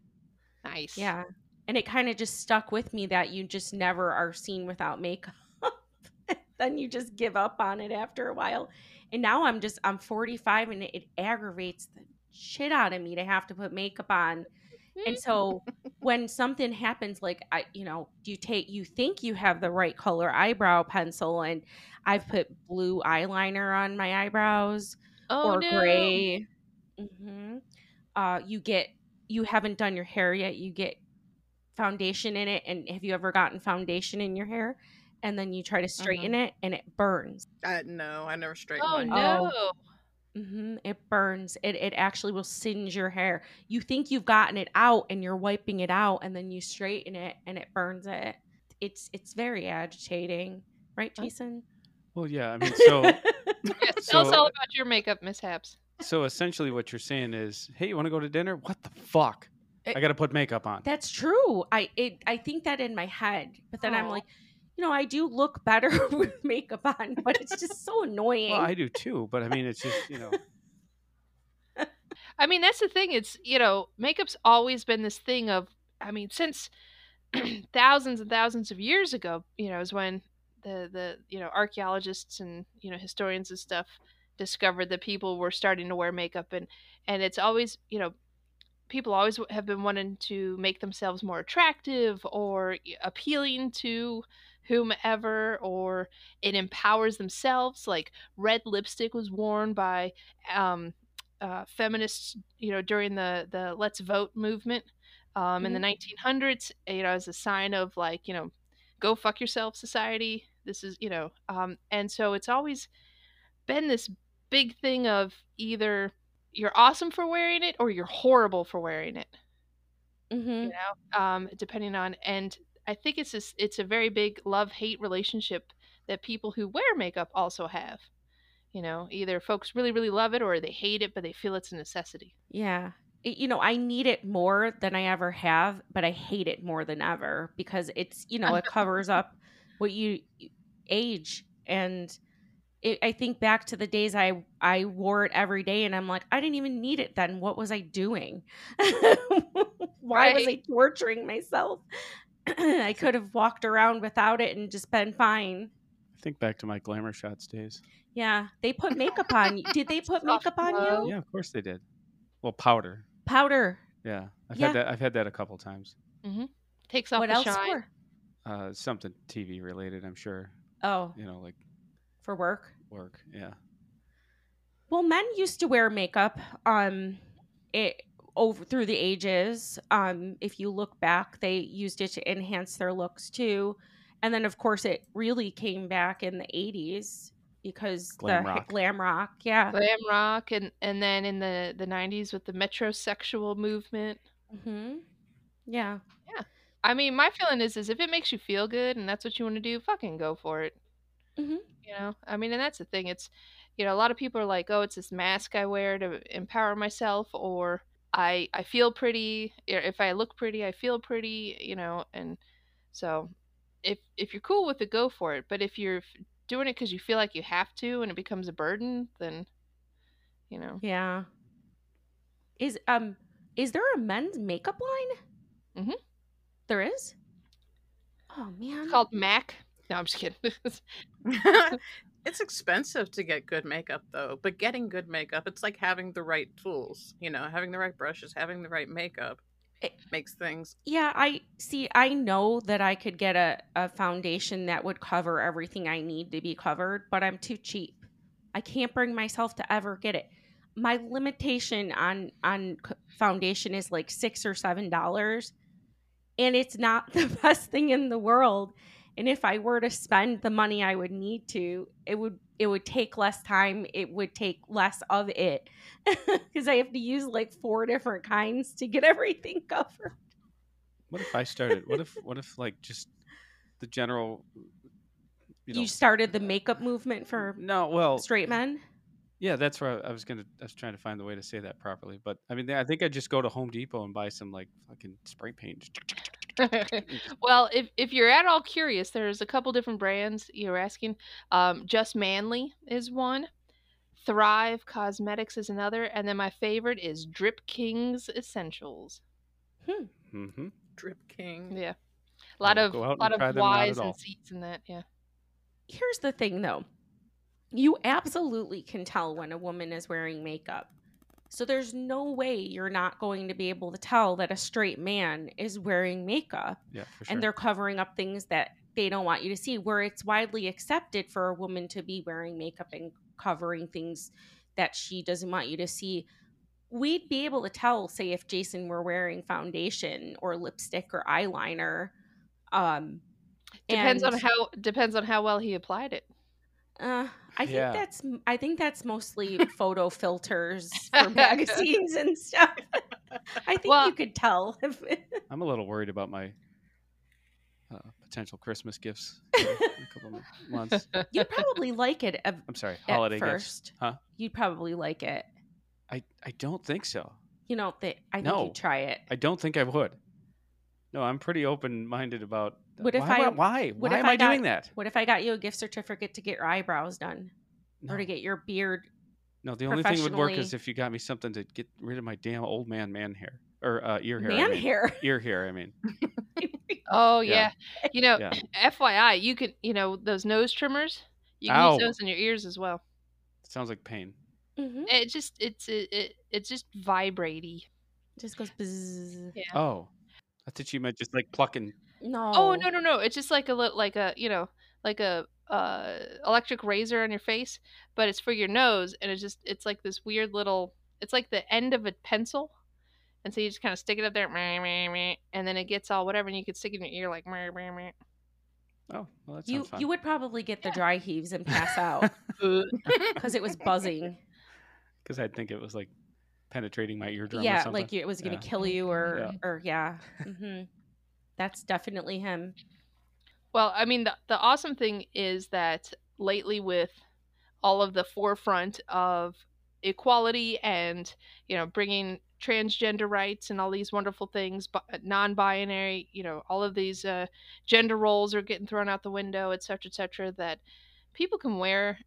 Speaker 3: Nice.
Speaker 4: yeah, and it kind of just stuck with me that you just never are seen without makeup. *laughs* then you just give up on it after a while. And now I'm just I'm 45 and it, it aggravates the shit out of me to have to put makeup on And so when something happens, like I, you know, you take, you think you have the right color eyebrow pencil, and I've put blue eyeliner on my eyebrows
Speaker 3: oh,
Speaker 4: or
Speaker 3: no.
Speaker 4: gray. hmm Uh, you get, you haven't done your hair yet. You get foundation in it, and have you ever gotten foundation in your hair? And then you try to straighten it, and it burns.
Speaker 2: Uh, no, I never straightened
Speaker 3: Oh
Speaker 2: mine.
Speaker 3: no. *laughs*
Speaker 4: hmm It burns. It it actually will singe your hair. You think you've gotten it out and you're wiping it out, and then you straighten it and it burns it. It's it's very agitating, right,
Speaker 3: Oh.
Speaker 4: Jason?
Speaker 5: Well, yeah. I
Speaker 4: *laughs*
Speaker 5: mean, so
Speaker 3: Yeah, tell us
Speaker 5: So-
Speaker 3: all about your makeup mishaps.
Speaker 5: so essentially, what you're saying is, hey, you want to go to dinner? What the fuck?
Speaker 4: It-
Speaker 5: I got to put makeup on.
Speaker 4: That's true. I it I think that in my head, but then I'm
Speaker 3: Aw.
Speaker 4: like, you know, I do look better *laughs* with makeup on, but it's just so annoying.
Speaker 5: well, I do too, but I mean, it's just you
Speaker 4: *laughs*
Speaker 5: know,
Speaker 3: I mean, that's the thing. It's you know, makeup's always been this thing of. I mean, since *clears throat* thousands and thousands of years ago, you know, is when the the you know archaeologists and you know historians and stuff discovered that people were starting to wear makeup, and and it's always you know people always w- have been wanting to make themselves more attractive or y- appealing to whomever or it empowers themselves like red lipstick was worn by um uh, feminists, you know, during the the Let's Vote movement um, in the 1900s, you know, as a sign of like, you know, go fuck yourself, society. This is, you know, um, and so it's always been this big thing of either you're awesome for wearing it or you're horrible for wearing it
Speaker 4: hmm
Speaker 3: you know um depending on and i think it's this it's a very big love hate relationship that people who wear makeup also have you know either folks really really love it or they hate it but they feel it's a necessity
Speaker 4: Yeah. It- you know, I need it more than I ever have, but I hate it more than ever because it's, you know, it
Speaker 3: *laughs*
Speaker 4: covers up what you age. And it, I think back to the days I, I wore it every day and I'm like, I didn't even need it then. What was I doing? *laughs* Why was I
Speaker 3: Right.
Speaker 4: torturing myself? *clears throat* I could have walked around without it and just been fine.
Speaker 5: I think back to my glamour shots days.
Speaker 4: Yeah. They put makeup on. you.
Speaker 3: *laughs*
Speaker 4: Did they put
Speaker 3: Soft
Speaker 4: makeup on
Speaker 3: glow.
Speaker 4: you?
Speaker 5: Yeah, of course they did. Well, powder.
Speaker 4: Powder.
Speaker 5: Yeah, I've
Speaker 4: Yeah.
Speaker 5: had that. I've had that a couple times.
Speaker 3: takes off
Speaker 4: what
Speaker 3: the
Speaker 4: else
Speaker 3: shine
Speaker 4: for?
Speaker 5: Uh, something TV related, I'm sure.
Speaker 4: Oh,
Speaker 5: You know, like
Speaker 4: for work.
Speaker 5: work. Yeah.
Speaker 4: Well, men used to wear makeup um it over through the ages. Um if you look back, they used it to enhance their looks too. And then of course it really came back in the 80s because
Speaker 5: Glam
Speaker 4: the
Speaker 5: rock.
Speaker 4: glam rock, yeah.
Speaker 3: glam rock and and then in the the 90s with the metrosexual movement
Speaker 4: hmm Yeah.
Speaker 3: i mean my feeling is is if it makes you feel good and that's what you want to do fucking go for it
Speaker 4: Mhm.
Speaker 3: you know i mean and that's the thing it's you know a lot of people are like oh it's this mask i wear to empower myself or i i feel pretty or if i look pretty i feel pretty you know and So if if you're cool with it, go for it. But if you're f- doing it because you feel like you have to and it becomes a burden, then you know.
Speaker 4: Yeah. Is um is there a men's makeup line?
Speaker 3: Mhm.
Speaker 4: There is? Oh man.
Speaker 3: It's called Mac. No, I'm just kidding. *laughs*
Speaker 4: *laughs*
Speaker 2: *laughs* it's expensive to get good makeup though, but getting good makeup, it's like having the right tools, you know, having the right brushes, having the right makeup
Speaker 4: It-
Speaker 2: makes things
Speaker 4: yeah, I see I know that I could get a, a foundation that would cover everything I need to be covered, but I'm too cheap. I can't bring myself to ever get it. My limitation on on c- foundation is like 6 or 7 dollars and it's not *laughs* the best thing in the world. And if I were to spend the money I would need to, it would it would take less time, it would take less of it *laughs* cuz I have to use like four different kinds to get *laughs* everything covered.
Speaker 5: What if I started? What if what if like just the general? You know, Oh.
Speaker 4: you started the makeup movement for
Speaker 5: no, well,
Speaker 4: straight men.
Speaker 5: Yeah, that's where I I was gonna. I was trying to find the way to say that properly, but I mean, I think I just go to Home Depot and buy some like fucking spray paint. Mm-hmm.
Speaker 3: *laughs* well, if if you're at all curious, there's a couple different brands you're asking. Um, Just Manly is one. Thrive Cosmetics is another, and then my favorite is Drip Kings Essentials.
Speaker 5: Mm-hmm.
Speaker 2: drip king.
Speaker 3: Yeah, a lot
Speaker 5: will
Speaker 3: of
Speaker 5: Mm. go out and
Speaker 3: lot
Speaker 5: try
Speaker 3: of
Speaker 5: them not at
Speaker 3: Y's
Speaker 5: all.
Speaker 3: and C's in that. Yeah,
Speaker 4: Here's the thing though. You absolutely can tell when a woman is wearing makeup. So there's no way you're not going to be able to tell that a straight man is wearing makeup
Speaker 5: Yeah, for sure.
Speaker 4: and they're covering up things that they don't want you to see where it's widely accepted for a woman to be wearing makeup and covering things that she doesn't want you to see we'd be able to tell say if jason were wearing foundation or lipstick or eyeliner um
Speaker 3: depends on
Speaker 4: and,
Speaker 3: how depends on how well he applied it.
Speaker 4: uh, i think
Speaker 5: Yeah.
Speaker 4: that's i think that's
Speaker 5: *laughs*
Speaker 4: mostly photo filters for magazines and stuff i think
Speaker 3: Well-
Speaker 4: you could tell if *laughs*
Speaker 5: I'm a little worried about my uh, potential
Speaker 4: *laughs*
Speaker 5: Christmas gifts. for a couple of months.
Speaker 4: you'd probably like it at,
Speaker 5: I'm sorry, holiday
Speaker 4: at
Speaker 5: gifts.
Speaker 4: first
Speaker 5: Huh?
Speaker 4: you'd probably like it
Speaker 5: I I don't think so.
Speaker 4: You know, they, I think
Speaker 5: No.
Speaker 4: you try it.
Speaker 5: I don't think I would. No, I'm pretty open minded about. uh,
Speaker 4: What if
Speaker 5: why, am
Speaker 4: I-
Speaker 5: Why?
Speaker 4: what
Speaker 5: why
Speaker 4: if
Speaker 5: am
Speaker 4: I
Speaker 5: I, doing
Speaker 4: got-
Speaker 5: that?
Speaker 4: What if I got you a gift certificate to get your eyebrows done
Speaker 5: No,
Speaker 4: or to get your beard?
Speaker 5: no, the only thing that would work is
Speaker 4: professionally-
Speaker 5: if you got me something to get rid of my damn old man man hair or uh, ear hair. I
Speaker 4: Man
Speaker 5: mean.
Speaker 4: hair.
Speaker 5: *laughs* Ear hair. I mean.
Speaker 3: Oh yeah,
Speaker 5: Yeah.
Speaker 3: you know, *clears throat*
Speaker 5: Yeah.
Speaker 3: FYI, you can you know those nose trimmers. You can
Speaker 5: Ow.
Speaker 3: use those in your ears as well.
Speaker 5: Sounds like pain.
Speaker 4: Mhm.
Speaker 3: It just it's it, it it's just vibratey.
Speaker 4: Just goes bzzz.
Speaker 3: Yeah.
Speaker 5: Oh, I thought you meant just like plucking.
Speaker 4: No.
Speaker 3: Oh no no no! It's just like a little like a you know like a uh electric razor on your face, but it's for your nose, and it's just it's like this weird little. It's like the end of a pencil, and so you just kind of stick it up there, meh, meh, meh, and then it gets all whatever, and you can stick it in your ear like. Meh, meh, meh.
Speaker 5: Oh, well, that sounds
Speaker 4: You
Speaker 5: fun.
Speaker 4: you would probably get the dry heaves and pass
Speaker 5: *laughs*
Speaker 4: out *laughs* because it was buzzing.
Speaker 5: because I'd think it was like penetrating my eardrum. or
Speaker 4: yeah,
Speaker 5: something.
Speaker 4: like you, it was gonna
Speaker 5: Yeah.
Speaker 4: kill you or
Speaker 3: Mm-hmm.
Speaker 5: Yeah.
Speaker 4: or yeah. hmm That's definitely him.
Speaker 3: Well, I mean, the, the awesome thing is that lately, with all of the forefront of equality and, you know, bringing transgender rights and all these wonderful things, bi- non binary, you know, all of these uh, gender roles are getting thrown out the window, et cetera, et cetera, that people can wear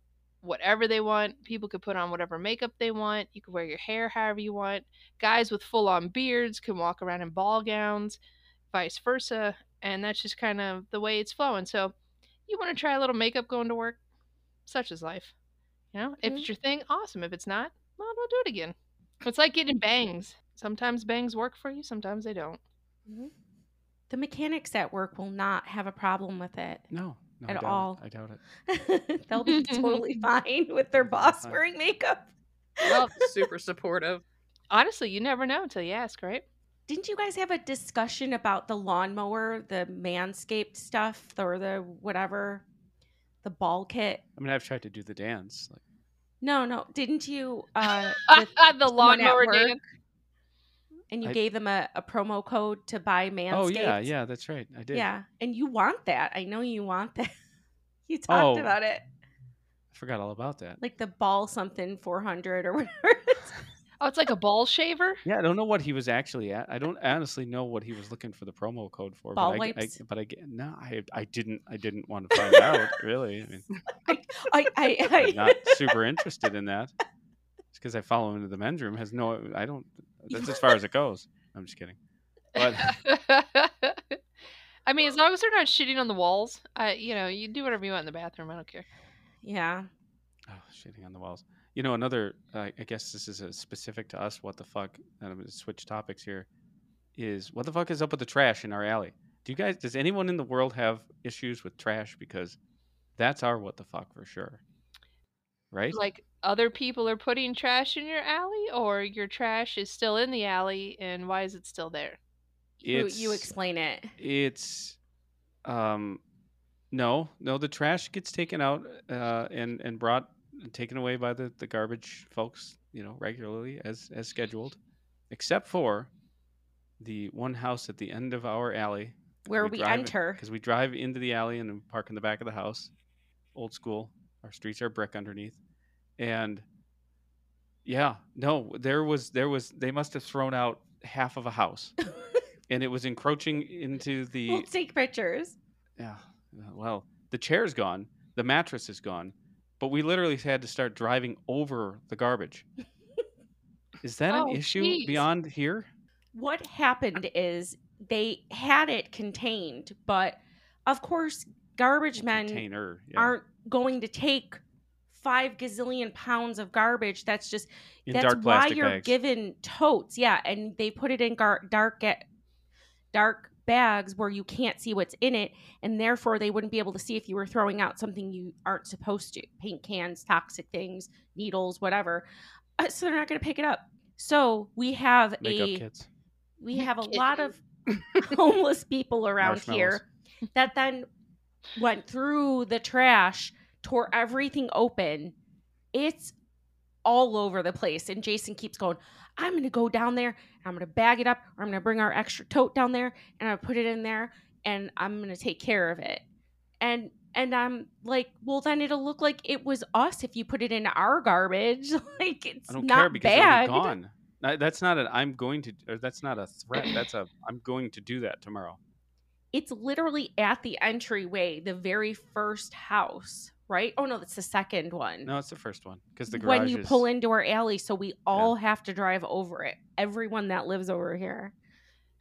Speaker 3: whatever they want. People can put on whatever makeup they want. You can wear your hair however you want. Guys with full on beards can walk around in ball gowns, vice versa and that's just kind of the way it's flowing. So, you want to try a little makeup going to work? Such is life. You know, if it's your thing, awesome. If it's not, well, don't do it again. It's like getting bangs. Sometimes bangs work for you, sometimes they don't.
Speaker 4: The mechanics at work will not have a problem with it.
Speaker 5: no, no, I
Speaker 4: At
Speaker 5: doubt it.
Speaker 4: all.
Speaker 5: I doubt
Speaker 4: *laughs*
Speaker 5: it.
Speaker 4: They'll be totally fine with their boss wearing makeup.
Speaker 3: Well,
Speaker 2: Super supportive.
Speaker 3: honestly, you never know until you ask, right?
Speaker 4: Didn't you guys have a discussion about the lawnmower, the manscaped stuff, or the whatever, the ball kit?
Speaker 5: I mean, I've tried to do the dance. Like,
Speaker 4: No, no. Didn't you? Uh, with
Speaker 3: *laughs* the
Speaker 4: someone at
Speaker 3: lawnmower
Speaker 4: work,
Speaker 3: dance.
Speaker 4: And you
Speaker 5: I-
Speaker 4: gave them a, a promo code to buy Manscaped.
Speaker 5: oh yeah, yeah, that's right. I did.
Speaker 4: Yeah. And you want that. I know you want that. *laughs* you talked
Speaker 5: Oh.
Speaker 4: about it.
Speaker 5: I forgot all about that.
Speaker 4: *laughs* Like the ball something 400 or whatever. it is.
Speaker 3: Oh, it's like a ball shaver.
Speaker 5: Yeah, I don't know what he was actually at. I don't honestly know what he was looking for the promo code for.
Speaker 4: Ball
Speaker 5: but I, g- I-
Speaker 4: wipes?
Speaker 5: but I get no. I I didn't. I didn't want to find out. Really, I mean,
Speaker 4: I,
Speaker 5: *laughs*
Speaker 4: I, I,
Speaker 5: I'm not
Speaker 4: *laughs*
Speaker 5: super interested in that. It's because I follow him into the men's room. Has no. I don't. That's
Speaker 4: *laughs*
Speaker 5: as far as it goes. I'm just kidding. But
Speaker 3: *laughs* I mean, as long as they're not shitting on the walls, I, you know, you do whatever you want in the bathroom. I don't care.
Speaker 4: yeah.
Speaker 5: oh, shitting on the walls. You know, another. uh, I I guess this is a specific to us. What the fuck? And I'm gonna switch topics here. Is what the fuck is up with the trash in our alley? Do you guys? Does anyone in the world have issues with trash? Because that's our what the fuck for sure. Right?
Speaker 3: Like other people are putting trash in your alley, or your trash is still in the alley, and why is it still there?
Speaker 4: You, you
Speaker 5: It's-
Speaker 4: explain it.
Speaker 5: it's um no no the trash gets taken out uh and and brought and taken away by the the garbage folks you know regularly as as scheduled except for the one house at the end of our alley
Speaker 4: Where we,
Speaker 5: *laughs*
Speaker 4: enter.
Speaker 5: because we drive into the alley and then park in the back of the house old school our streets are brick underneath and yeah no there was there was they must have thrown out half of a house and it was encroaching into the
Speaker 4: we'll take pictures.
Speaker 5: yeah. Well, the chair's gone, the mattress is gone, but we literally had to start driving over
Speaker 4: *laughs*
Speaker 5: the garbage. is that
Speaker 3: Oh,
Speaker 5: an issue
Speaker 3: jeez.
Speaker 5: beyond here?
Speaker 4: What happened is they had it contained, but of course, garbage men
Speaker 5: Container. yeah.
Speaker 4: aren't going to take five gazillion pounds of garbage. That's just
Speaker 5: in
Speaker 4: that's
Speaker 5: dark
Speaker 4: why
Speaker 5: plastic
Speaker 4: you're
Speaker 5: bags.
Speaker 4: given totes. Yeah, and they put it in gar- dark ga- dark bags where you can't see what's in it, and therefore they wouldn't be able to see if you were throwing out something you aren't supposed to. Paint cans, toxic things, needles, whatever. Uh, so they're not going to pick it up. So we have
Speaker 5: Makeup
Speaker 4: a
Speaker 5: kits.
Speaker 4: we have a lot
Speaker 5: *laughs*
Speaker 4: of homeless people around here that then went through the trash, tore everything open. It's all over the place. And Jason keeps going, I'm going to go down there. and I'm going to bag it up, or I'm going to bring our extra tote down there and I put it in there and I'm going to take care of it. And and I'm like, well, then it'll look like it was us if you put it in our garbage. *laughs* like it's
Speaker 5: I don't
Speaker 4: not
Speaker 5: care because
Speaker 4: bad.
Speaker 5: it'll be gone. That- That's not an I'm going to or that's not a threat. That's a I'm going to do that
Speaker 4: *clears throat*
Speaker 5: tomorrow.
Speaker 4: it's literally at the entryway, the very first house, right? Oh no, that's the second one.
Speaker 5: No, it's the first one because the garage
Speaker 4: when you
Speaker 5: is,
Speaker 4: pull into our alley, so we all have to drive over it. Everyone that lives over here.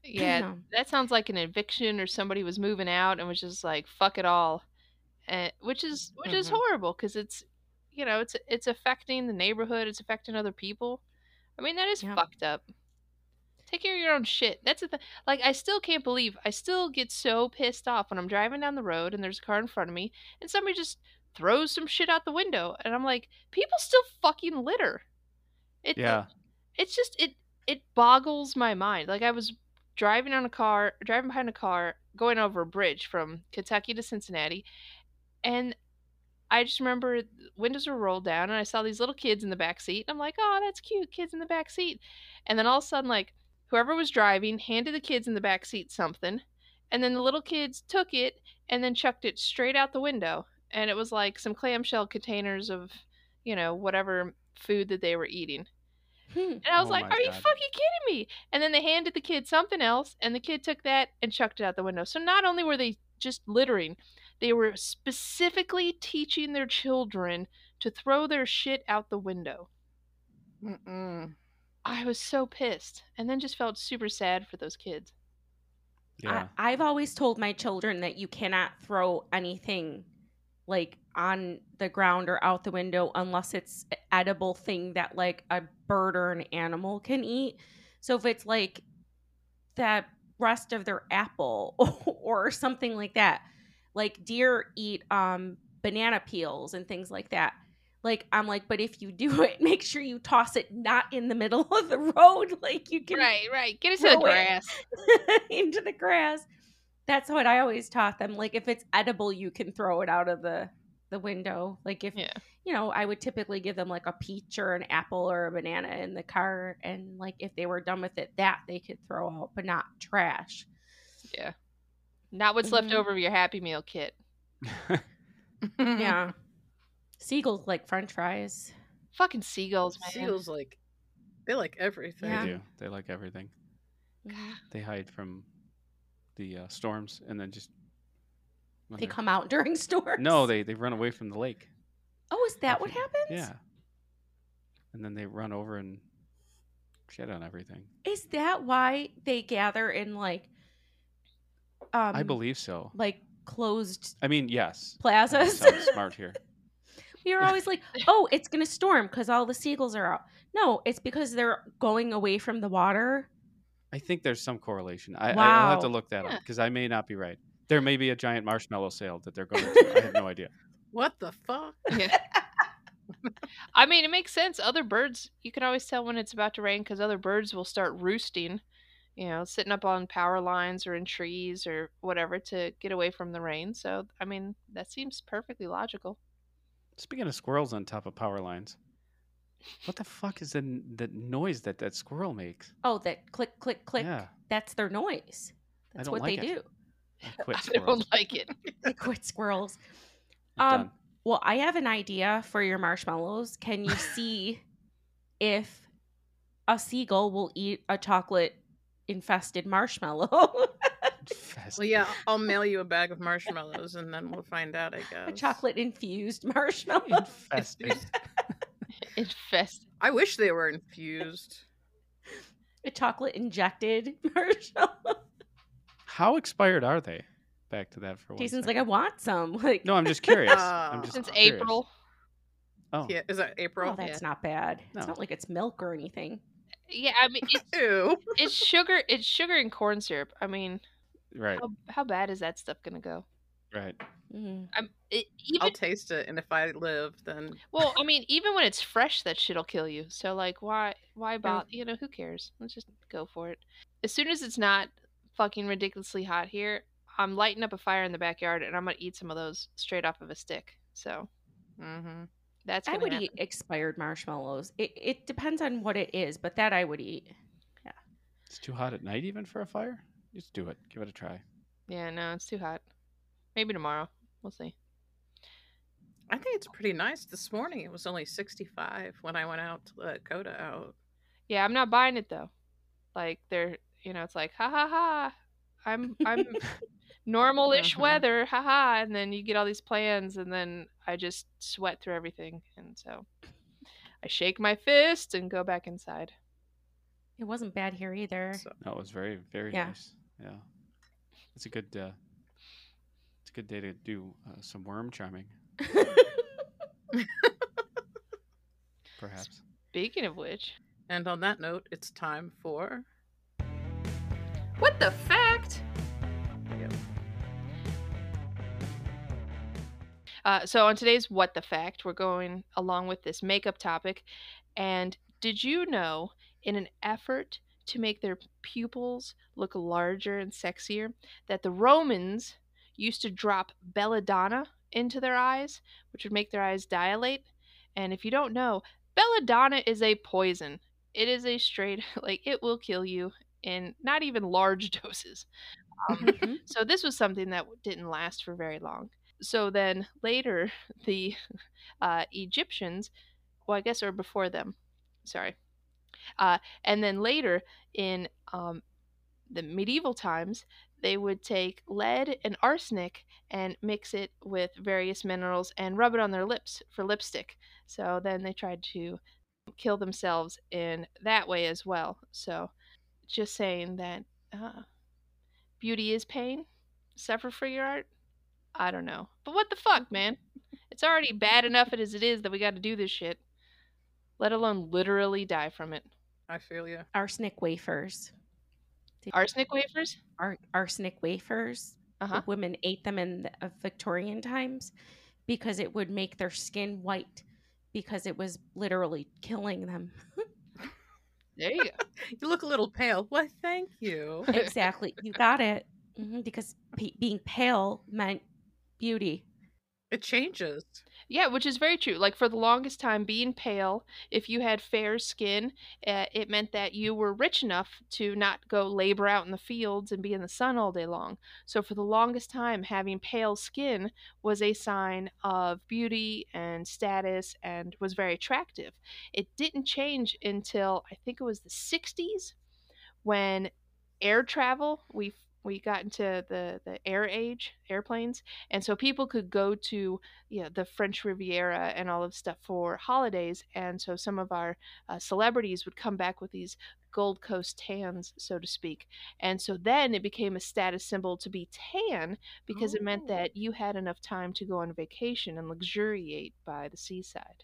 Speaker 3: Yeah,
Speaker 4: *clears throat* No.
Speaker 3: Um, that sounds like an eviction or somebody was moving out and was just like fuck it all and which is which is
Speaker 2: Mhm.
Speaker 3: horrible because it's you know it's it's affecting the neighborhood it's affecting other people i mean that is
Speaker 4: Yeah.
Speaker 3: fucked up take care of your own shit that's the thing like i still can't believe i still get so pissed off when i'm driving down the road and there's a car in front of me and somebody just throws some shit out the window and i'm like people still fucking litter it,
Speaker 5: Yeah.
Speaker 3: it's just it it boggles my mind like i was driving on a car driving behind a car going over a bridge from kentucky to cincinnati and i just remember windows were rolled down and i saw these little kids in the back seat and i'm like oh that's cute kids in the back seat and then all of a sudden like whoever was driving handed the kids in the back seat something and then the little kids took it and then chucked it straight out the window and it was like some clamshell containers of you know whatever food that they were eating
Speaker 4: Hmm.
Speaker 3: and I was
Speaker 5: Oh
Speaker 3: like,
Speaker 5: my
Speaker 3: "Are you
Speaker 5: God.
Speaker 3: fucking kidding me?" And then they handed the kid something else, and the kid took that and chucked it out the window. So not only were they just littering, they were specifically teaching their children to throw their shit out the window.
Speaker 2: Mm-mm.
Speaker 3: I was so pissed, and then just felt super sad for those kids.
Speaker 5: yeah.
Speaker 4: I, I've always told my children that you cannot throw anything like on the ground or out the window unless it's an edible thing that like a bird or an animal can eat. So if it's like the rest of their apple *laughs* or something like that, like deer eat um banana peels and things like that. Like I'm like, but if you do it, *laughs* make sure you toss it not in the middle of the road. *laughs* Like you can
Speaker 3: Right, right. Get us
Speaker 4: to the
Speaker 3: the
Speaker 4: Throw it.
Speaker 3: grass.
Speaker 4: grass. *laughs* into the grass. That's what I always taught them. Like if it's edible, you can throw it out of the the window. Like if
Speaker 3: Yeah.
Speaker 4: you know, I would typically give them like a peach or an apple or a banana in the car, and like if they were done with it, that they could throw out, but not trash.
Speaker 3: Not what's left
Speaker 4: Mhm.
Speaker 3: over of your Happy Meal kit.
Speaker 2: Mm-hmm. *laughs*
Speaker 4: Yeah, seagulls like French fries.
Speaker 3: Fucking seagulls, man.
Speaker 2: Seagulls like They like everything.
Speaker 4: Yeah.
Speaker 5: *laughs* They do. They like everything.
Speaker 4: Mhm.
Speaker 5: They hide from the uh, storms and then just. when
Speaker 4: They
Speaker 5: they're-
Speaker 4: come out *laughs* during storms.
Speaker 5: Mm-hmm. No, they they run away from the lake.
Speaker 4: Oh, is that what
Speaker 5: After-
Speaker 4: happens?
Speaker 5: Yeah. And then they run over and shit on everything.
Speaker 4: Is that why they gather in like um
Speaker 5: I believe so.
Speaker 4: like closed
Speaker 5: I mean, yes. I
Speaker 4: plazas?
Speaker 5: sound smart here.
Speaker 4: we
Speaker 5: *laughs*
Speaker 4: were always like, "Oh, it's going to storm cuz all the seagulls are out." No, it's because they're going away from the water.
Speaker 5: I think there's some correlation. I, I- I'll have to
Speaker 4: Wow.
Speaker 5: look that up
Speaker 3: Yeah.
Speaker 5: because I may not be right. There may be a giant marshmallow sale that they're going to. I have no
Speaker 4: *laughs*
Speaker 5: idea.
Speaker 2: What the fuck?
Speaker 3: Yeah. I mean, it makes sense. Other birds, you can always tell when it's about to rain because other birds will start roosting, you know, sitting up on power lines or in trees or whatever to get away from the rain. So, I mean, that seems perfectly logical. *laughs*
Speaker 5: Speaking of squirrels on top of power lines, what the fuck is the, n- the noise that that squirrel makes?
Speaker 4: Oh, that click click click.
Speaker 5: Yeah,
Speaker 4: That's their noise.
Speaker 5: I
Speaker 4: That's
Speaker 5: don't
Speaker 4: what
Speaker 5: like
Speaker 4: they
Speaker 5: it. *laughs*
Speaker 4: do.
Speaker 5: I
Speaker 4: *laughs*
Speaker 5: quit
Speaker 3: I don't
Speaker 5: squirrels.
Speaker 3: like
Speaker 5: *laughs*
Speaker 3: it. *laughs*
Speaker 4: They quit squirrels.
Speaker 5: I'm
Speaker 4: Um, Well, I have an idea for your marshmallows. Can you
Speaker 5: *laughs*
Speaker 4: see if a seagull will eat a chocolate infested marshmallow? *laughs*
Speaker 5: done. Fast-
Speaker 2: Well, yeah, I'll mail you a bag of marshmallows and then we'll find out, I guess.
Speaker 4: a chocolate infused marshmallow.
Speaker 5: Infested.
Speaker 3: Infest.
Speaker 2: *laughs* I wish they were infused.
Speaker 4: *laughs* a chocolate injected *laughs* marshmallow.
Speaker 5: How expired are they? Back to that for one.
Speaker 4: Jason's like,
Speaker 5: second.
Speaker 4: I want some. *laughs* Like
Speaker 5: No, I'm just curious.
Speaker 2: Oh.
Speaker 5: I'm just
Speaker 3: Since
Speaker 5: curious.
Speaker 3: April.
Speaker 5: Oh,
Speaker 2: Yeah, is that April?
Speaker 4: Oh, that's not bad. It's
Speaker 5: No.
Speaker 4: not like it's milk or anything.
Speaker 3: Yeah, I mean, it's,
Speaker 4: *laughs*
Speaker 2: Ew.
Speaker 3: it's sugar. It's sugar and corn syrup. I mean,
Speaker 5: right,
Speaker 4: Oh.
Speaker 3: how, how bad is that stuff going to go?
Speaker 5: right.
Speaker 4: Mm.
Speaker 3: I'm, it, even
Speaker 2: I'll taste it, and if I live, then
Speaker 3: Well, I mean, even when it's fresh, that shit'll kill you. So like, why, why bother? You know, who cares? Let's just go for it. As soon as it's not fucking ridiculously hot here, I'm lighting up a fire in the backyard, and I'm gonna eat some of those straight off of a stick. So
Speaker 2: hmm
Speaker 3: that's
Speaker 4: I
Speaker 3: gonna
Speaker 4: would
Speaker 3: happen.
Speaker 4: eat expired marshmallows. It, it depends on what it is, but that I would eat.
Speaker 5: It's too hot at night even for a fire. Just do it. Give it a try.
Speaker 3: Yeah, no, it's too hot. Maybe tomorrow. We'll see.
Speaker 2: I think it's pretty nice. This morning it was only 65 when I went out to let Coda out.
Speaker 3: Yeah, I'm not buying it though. Like they're, you know, it's like ha ha ha. I'm I'm normalish
Speaker 2: Mhm.
Speaker 3: weather, ha ha. And then you get all these plans, and then I just sweat through everything, and so I shake my fist and go back inside.
Speaker 4: It wasn't bad here either. *laughs*
Speaker 2: So
Speaker 5: No, it was very, very
Speaker 4: Yeah.
Speaker 5: nice. Yeah, it's a good, uh, it's a good day to do uh, some
Speaker 4: *laughs*
Speaker 5: worm charming, perhaps.
Speaker 3: Speaking of which,
Speaker 2: And on that note, it's time for.
Speaker 3: what the fact?
Speaker 2: Yep.
Speaker 3: Uh, so on today's What the Fact, we're going along with this makeup topic. And did you know, in an effort to make their pupils look larger and sexier, that the Romans used to drop belladonna into their eyes, which would make their eyes dilate? And if you don't know, belladonna is a poison. It is a straight, *laughs* like, it will kill you in not even large *laughs* doses. Um,
Speaker 4: Mhm.
Speaker 3: so this was something that w- didn't last for very long. So then later, *laughs* the uh, Egyptians, well, I guess, or before them, sorry. Uh, and then later in um, the medieval times, they would take lead and arsenic and mix it with various minerals and rub it on their lips for lipstick. So then they tried to kill themselves in that way as well. So just saying that uh, beauty is pain, suffer for your art. I don't know. But what the fuck, man? It's already bad enough as it is that we got to do this shit, let alone literally die from it.
Speaker 2: I feel you.
Speaker 4: Arsenic wafers. Did-
Speaker 3: Arsenic wafers?
Speaker 4: ar- arsenic wafers.
Speaker 3: Uh-huh.
Speaker 4: The Women ate them in the, of Victorian times because it would make their skin white because it was literally killing them. *laughs*
Speaker 3: There you go.
Speaker 2: *laughs* You look a little pale. Well, thank
Speaker 3: *laughs*
Speaker 2: you.
Speaker 4: exactly. You got it. Mm-hmm. Mhm, because pe being pale meant beauty.
Speaker 2: It changes.
Speaker 3: Yeah, which is very true. Like for the longest time, being pale, if you had fair skin, uh, it meant that you were rich enough to not go labor out in the fields and be in the sun all day long. So for the longest time, having pale skin was a sign of beauty and status and was very attractive. It didn't change until I think it was the 60s when air travel, we we got into the, the air age, airplanes, and so people could go to you know, the French Riviera and all of stuff for holidays. And so some of our uh, celebrities would come back with these Gold Coast tans, so to speak. And so then it became a status symbol to be tan because it meant
Speaker 4: Oh.
Speaker 3: that you had enough time to go on vacation and luxuriate by the seaside.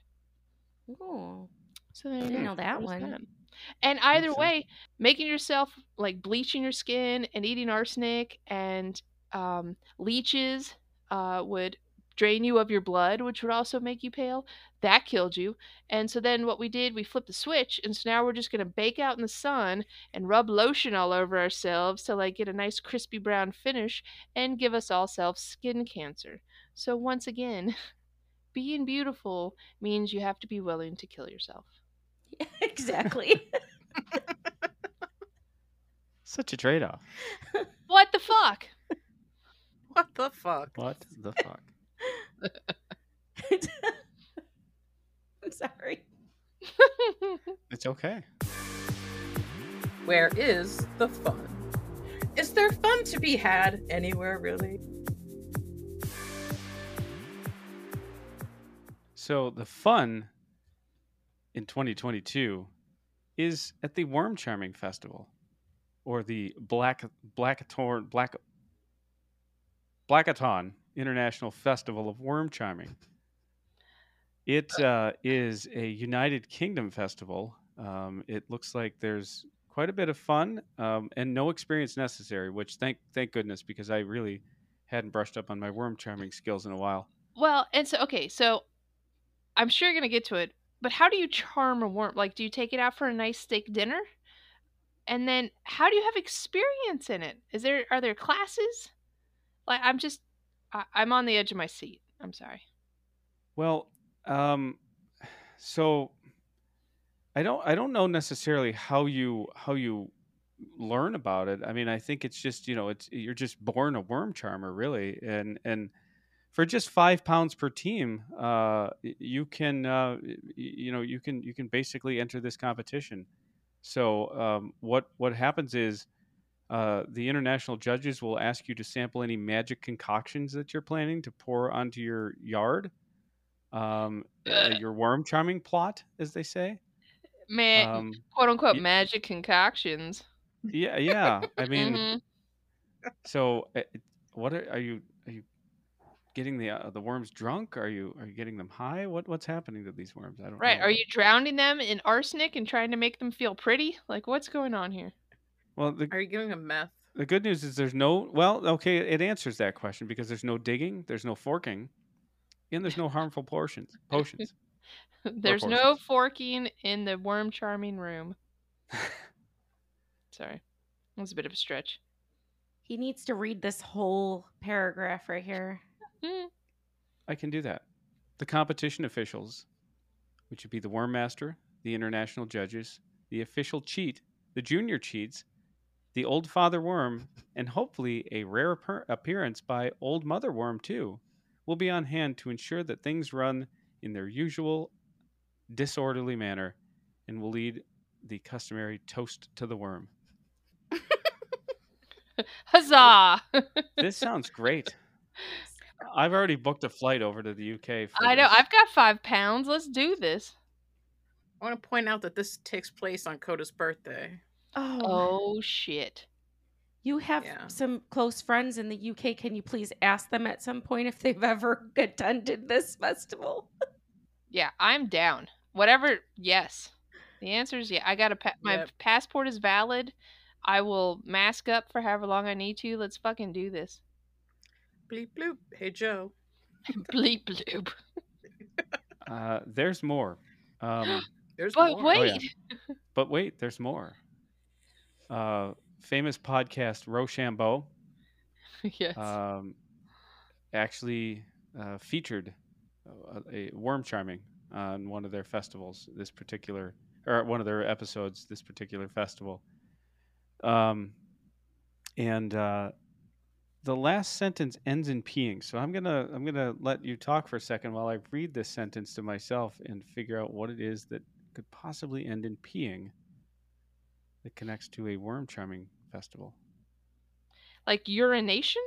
Speaker 4: Ooh.
Speaker 3: So there you
Speaker 4: Didn't
Speaker 3: go.
Speaker 4: know that
Speaker 3: There's
Speaker 4: one.
Speaker 3: And either
Speaker 5: sense.
Speaker 3: way, making yourself like bleaching your skin and eating arsenic and um, leeches uh, would drain you of your blood, which would also make you pale. That killed you. And so then what we did, we flipped the switch. And so now we're just going to bake out in the sun and rub lotion all over ourselves to like get a nice crispy brown finish and give us all self skin cancer. So once again, *laughs* being beautiful means you have to be willing to kill yourself.
Speaker 4: *laughs* exactly.
Speaker 5: Such a trade off.
Speaker 3: What the fuck? *laughs*
Speaker 2: What the fuck?
Speaker 5: What the fuck?
Speaker 4: *laughs* I'm sorry.
Speaker 5: It's okay.
Speaker 2: Where is the fun? Is there fun to be had anywhere, really?
Speaker 5: So the fun in 2022 is at the Worm Charming Festival, or the Black Blackatorn Black Blackaton International Festival of Worm Charming. It uh, is a United Kingdom festival. Um, it looks like there's quite a bit of fun um, and no experience necessary, which thank thank goodness because I really hadn't brushed up on my worm charming skills in a while.
Speaker 3: well, and so okay, so I'm sure you're gonna get to it, but how do you charm a worm? Like, do you take it out for a nice steak dinner? And then how do you have experience in it? Is there are there classes? Like I'm just I, I'm on the edge of my seat. I'm sorry.
Speaker 5: Well, um, *sighs* so I don't I don't know necessarily how you how you learn about it. I mean, I think it's just you know it's you're just born a worm charmer really, and and for just five pounds per team, uh, y- you can uh, y- you know you can you can basically enter this competition. So um, what what happens is. Uh, the international judges will ask you to sample any magic concoctions that you're planning to pour onto your yard um, uh, your worm charming plot, as they say.
Speaker 3: Man,
Speaker 5: Um,
Speaker 3: quote unquote
Speaker 5: y-
Speaker 3: magic concoctions.
Speaker 5: yeah, yeah.
Speaker 3: *laughs*
Speaker 5: I mean,
Speaker 3: Mhm.
Speaker 5: so uh, it- what are, are you are you getting the uh, the worms drunk? Are you are you getting them high? What what's happening to these worms? I don't
Speaker 3: Right?
Speaker 5: know.
Speaker 3: Are you drowning them in arsenic and trying to make them feel pretty? Like, what's going on here?
Speaker 5: Well, the
Speaker 2: Are you giving a meth?
Speaker 5: the good news is there's no well, okay, it answers that question because there's no digging, there's no forking, and there's no harmful portions potions.
Speaker 3: *laughs* There's no
Speaker 5: horses.
Speaker 3: forking in the worm charming room. Sorry. That was a bit of a stretch.
Speaker 4: He needs to read this whole paragraph right here.
Speaker 5: I can do that. The competition officials, which would be the worm master, the international judges, the official cheat, the junior cheats, the old father worm, and hopefully a rare appear- appearance by old mother worm too, will be on hand to ensure that things run in their usual disorderly manner and will lead the customary toast to the worm.
Speaker 3: *laughs* Huzzah! *laughs*
Speaker 5: This sounds great. I've already booked a flight over to the UK. For
Speaker 3: I know.
Speaker 5: this.
Speaker 3: I've got five pounds. Let's do this.
Speaker 2: I want to point out that this takes place on Coda's birthday.
Speaker 4: Oh,
Speaker 3: Oh, shit.
Speaker 4: you have
Speaker 2: Yeah.
Speaker 4: some close friends in the UK. Can you please ask them at some point if they've ever *laughs* attended this festival?
Speaker 3: Yeah, I'm down. Whatever. Yes. The answer is yeah. I got a pa- my
Speaker 2: Yep.
Speaker 3: passport is valid. I will mask up for however long I need to. Let's fucking do this. *laughs*
Speaker 2: Bleep bloop. Hey Joe.
Speaker 3: Bleep bloop. *laughs*
Speaker 5: Uh, there's more. Um,
Speaker 2: There's
Speaker 3: But
Speaker 2: more.
Speaker 3: wait,
Speaker 5: yeah. But wait, there's more. Uh, famous podcast Rochambeau
Speaker 3: yes.
Speaker 5: um, actually uh, featured uh, a worm charming on one of their festivals. This particular or one of their episodes. This particular festival. Um, and uh, the last sentence ends in peeing. So I'm gonna I'm gonna let you talk for a second while I read this sentence to myself and figure out what it is that could possibly end in peeing that connects to a worm charming festival.
Speaker 3: Like urination?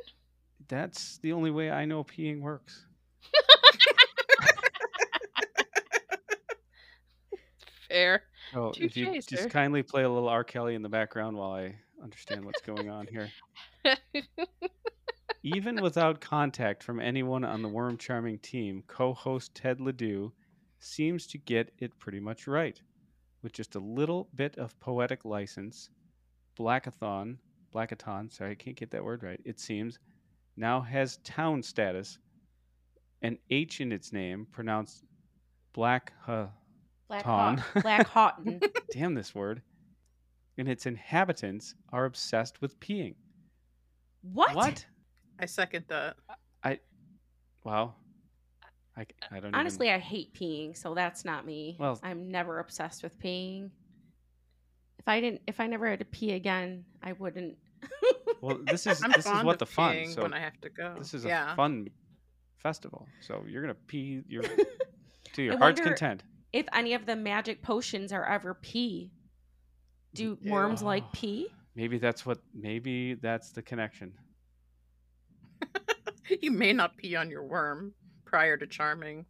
Speaker 5: That's the only way I know peeing works.
Speaker 3: Fair. *laughs*
Speaker 5: So if you
Speaker 3: Touche,
Speaker 5: just
Speaker 3: sir.
Speaker 5: kindly play a little R. Kelly in the background while I understand what's going on here.
Speaker 3: Oh,
Speaker 5: Even *laughs* without contact from anyone on the Worm Charming team, co host Ted Ledoux seems to get it pretty much right. With just a little bit of poetic license, Blackathon, Blackathon, sorry, I can't get that word right, it seems, now has town status, an H in its name, pronounced Black. huh,
Speaker 4: Black
Speaker 5: Ton. *laughs*
Speaker 4: Hawk. Black Houghton.
Speaker 5: damn this word, and its inhabitants are obsessed with peeing.
Speaker 4: What?
Speaker 2: I second that.
Speaker 5: Wow. I, I don't even-
Speaker 4: Honestly, I hate peeing, so that's not me.
Speaker 5: Well-
Speaker 4: I'm never obsessed with peeing. If I didn't, if I never had to pee again, I wouldn't. *laughs*
Speaker 5: well, this is
Speaker 2: I'm
Speaker 5: this
Speaker 2: fond
Speaker 5: is what
Speaker 2: of
Speaker 5: the fun.
Speaker 2: peeing
Speaker 5: So
Speaker 2: when I have to go.
Speaker 5: this is a
Speaker 2: yeah.
Speaker 5: fun festival. So you're gonna pee
Speaker 4: *laughs*
Speaker 5: your to your
Speaker 4: I
Speaker 5: heart's
Speaker 4: wonder-
Speaker 5: content.
Speaker 4: if any of the magic potions are ever pee, do worms like pee?
Speaker 5: Maybe that's what. Maybe that's the connection.
Speaker 2: *laughs* you may not pee on your worm prior to charming.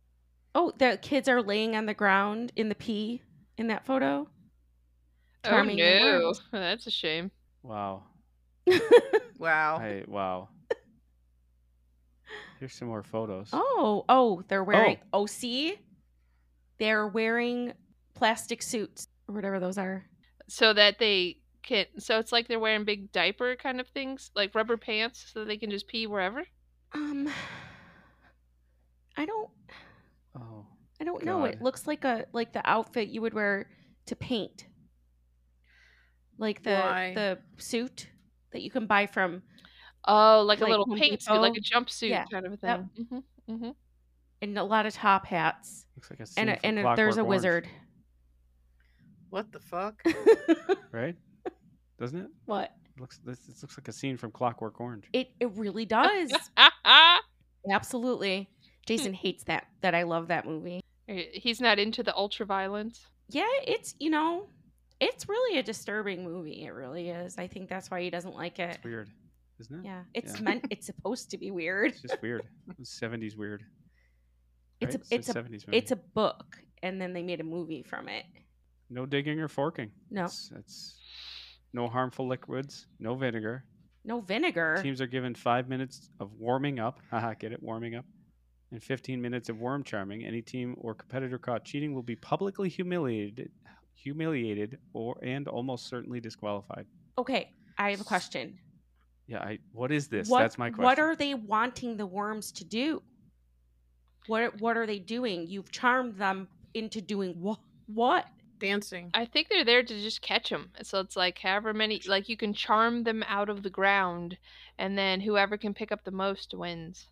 Speaker 4: Oh, the kids are laying on the ground in the pee in that photo.
Speaker 3: oh
Speaker 4: Charming and
Speaker 3: no,
Speaker 4: worms.
Speaker 3: that's a shame.
Speaker 5: Wow.
Speaker 2: Wow.
Speaker 5: I wow. Here's some more photos.
Speaker 4: oh, oh, they're wearing. Oh, see, they're wearing plastic suits or whatever those are.
Speaker 3: So that they can, so it's like they're wearing big diaper kind of things, like rubber pants, so they can just pee wherever.
Speaker 4: Um, I don't,
Speaker 5: Oh.
Speaker 4: I don't know. It
Speaker 5: God.
Speaker 4: looks like a like the outfit you would wear to paint, like the
Speaker 2: Why?
Speaker 4: the suit that you can buy from,
Speaker 3: Oh, like,
Speaker 4: Like
Speaker 3: a little
Speaker 4: Home
Speaker 3: paint suit, like a
Speaker 4: Depot.
Speaker 3: jumpsuit
Speaker 4: Yeah.
Speaker 3: kind of a
Speaker 4: Yep.
Speaker 3: thing. hmm hmm
Speaker 4: and a lot of top hats,
Speaker 5: Looks like a scene
Speaker 4: and a,
Speaker 5: from
Speaker 4: and a, there's a
Speaker 5: Clockwork Orange,
Speaker 4: wizard.
Speaker 2: What the fuck?
Speaker 4: *laughs*
Speaker 5: right? Doesn't it?
Speaker 4: what?
Speaker 5: looks this, this looks like a scene from Clockwork Orange.
Speaker 4: It it
Speaker 3: *laughs*
Speaker 4: really does. *laughs* Hmm. Absolutely. Jason hates that that I love that movie.
Speaker 3: He's not into the ultra violence.
Speaker 4: Yeah, it's you know, it's really a disturbing movie. It really is. I think that's why he doesn't like it.
Speaker 5: It's weird, isn't it?
Speaker 4: Yeah, it's
Speaker 5: Yeah.
Speaker 4: meant. It's supposed to be weird.
Speaker 5: It's just weird. Seventies weird.
Speaker 4: It's a-
Speaker 5: right?
Speaker 4: it's a-
Speaker 5: seventies movie.
Speaker 4: It's a book, and then they made a movie from it.
Speaker 5: no digging or forking.
Speaker 4: No,
Speaker 5: It's, it's no harmful liquids, no vinegar.
Speaker 4: no vinegar.
Speaker 5: Teams are given five minutes of warming up. Haha, get it? Warming up. And 15 minutes of worm charming. Any team or competitor caught cheating will be publicly humiliated, humiliated, or and almost certainly disqualified.
Speaker 4: Okay, I have a
Speaker 5: S-
Speaker 4: question.
Speaker 5: Yeah, I. What is this?
Speaker 4: What-
Speaker 5: That's my question.
Speaker 4: What are they wanting the worms to do? What What are they doing? You've charmed them into doing what? What?
Speaker 2: Dancing.
Speaker 3: I think they're there to just catch them. So it's like however many, like you can charm them out of the ground, and then whoever can pick up the most wins.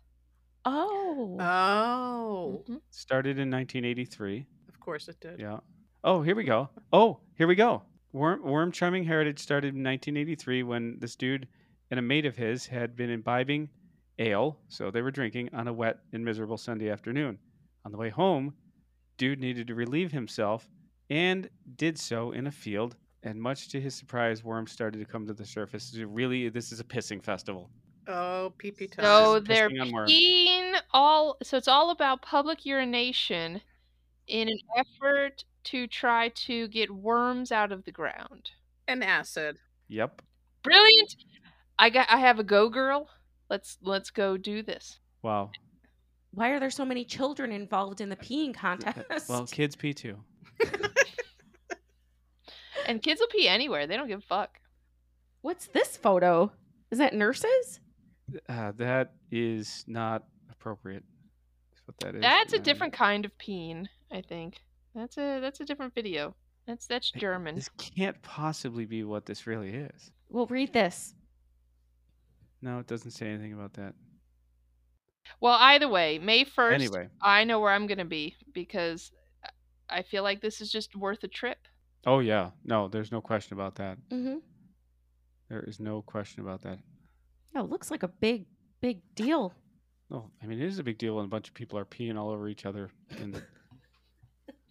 Speaker 4: Oh,
Speaker 2: Oh.
Speaker 3: Mhm.
Speaker 5: started in 1983?
Speaker 2: Of course it did.
Speaker 5: Yeah. Oh, here we go. Oh, here we go. Worm, worm charming heritage started in 1983 when this dude and a mate of his had been imbibing ale, so they were drinking on a wet and miserable Sunday afternoon. On the way home, dude needed to relieve himself and did so in a field. And much to his surprise, worms started to come to the surface. Really, this is a pissing festival.
Speaker 2: Oh, pee pee time.
Speaker 3: So
Speaker 5: Pissing
Speaker 3: they're
Speaker 5: on worms.
Speaker 3: peeing all. So it's all about public urination, in an effort to try to get worms out of the ground.
Speaker 2: and acid.
Speaker 5: Yep.
Speaker 3: Brilliant! I got. I have a go, girl. Let's let's go do this.
Speaker 5: Wow.
Speaker 4: why are there so many children involved in the peeing contest?
Speaker 5: *laughs* Well, kids pee too.
Speaker 3: And kids will pee anywhere. They don't give a fuck.
Speaker 4: *laughs* what's this photo? Is that nurses?
Speaker 5: Uh, that is not appropriate. That's what that is.
Speaker 3: That's a
Speaker 5: And
Speaker 3: different kind of peen, I think. That's a that's a different video. That's that's
Speaker 5: Hey,
Speaker 3: German.
Speaker 5: This can't possibly be what this really is.
Speaker 4: Well, read this.
Speaker 5: No, it doesn't say anything about that.
Speaker 3: Well, either way, May 1st,
Speaker 5: Anyway,
Speaker 3: I know where I'm going to be because I feel like this is just worth a trip.
Speaker 5: oh yeah, no, there's no question about that.
Speaker 4: Mm-hmm.
Speaker 5: There is no question about that.
Speaker 4: Yeah, it looks like a big, big deal.
Speaker 5: No, I mean it is a big deal when a bunch of people are peeing all over each other
Speaker 3: *laughs*
Speaker 5: in the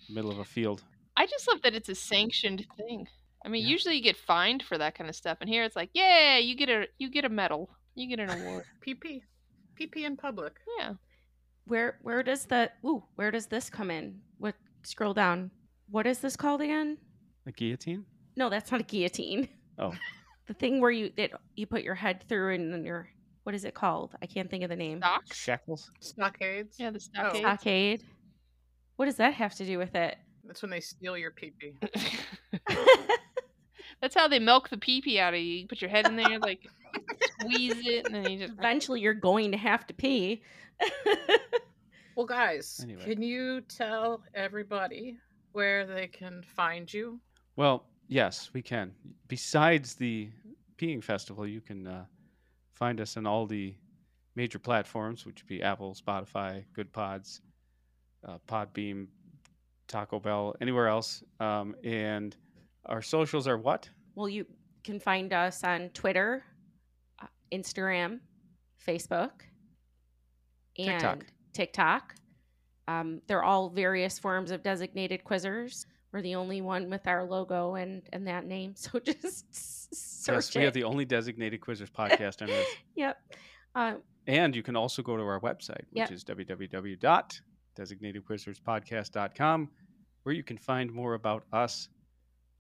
Speaker 5: middle of a field.
Speaker 3: I just love that it's a sanctioned thing. I mean,
Speaker 5: Yeah.
Speaker 3: usually you get fined for that kind of stuff, and here it's like, yeah, you get a you get a medal, you get an award.
Speaker 2: PP. PP in public.
Speaker 3: yeah,
Speaker 4: Where where does the ooh, where does this come in? What scroll down. What is this called again?
Speaker 5: A guillotine?
Speaker 4: No, that's not a guillotine.
Speaker 5: Oh.
Speaker 4: *laughs* The thing where you that you put your head through and then your what is it called? I can't think of the name.
Speaker 3: stocks.
Speaker 5: Shackles?
Speaker 2: Stockades.
Speaker 3: Yeah, the stockade.
Speaker 4: Oh. Stockade. What does that have to do with it?
Speaker 2: That's when they steal your PP.
Speaker 3: *laughs* That's how they milk the pee pee out of you. You put your head in there, like squeeze it, and then you just
Speaker 4: Eventually you're going to have to pee. *laughs*
Speaker 2: Well, guys,
Speaker 5: Anyway.
Speaker 2: can you tell everybody where they can find you?
Speaker 5: Well, yes, we can. Besides the peeing festival, you can uh, find us on all the major platforms, which would be Apple, Spotify, Good Pods, uh, Podbeam, Taco Bell, anywhere else. Um, and our socials are what?
Speaker 4: well, you can find us on Twitter, uh, Instagram, Facebook, and
Speaker 5: TikTok.
Speaker 4: TikTok. Um, they're all various forms of designated quizzers. We're the only one with our logo and and that name, *laughs* so just s- search
Speaker 5: yes, we
Speaker 4: it.
Speaker 5: are the only designated quizzers podcast on earth.
Speaker 4: yep. Uh,
Speaker 5: And you can also go to our website,
Speaker 4: Yep.
Speaker 5: which is www.designatedquizerspodcast.com, where you can find more about us,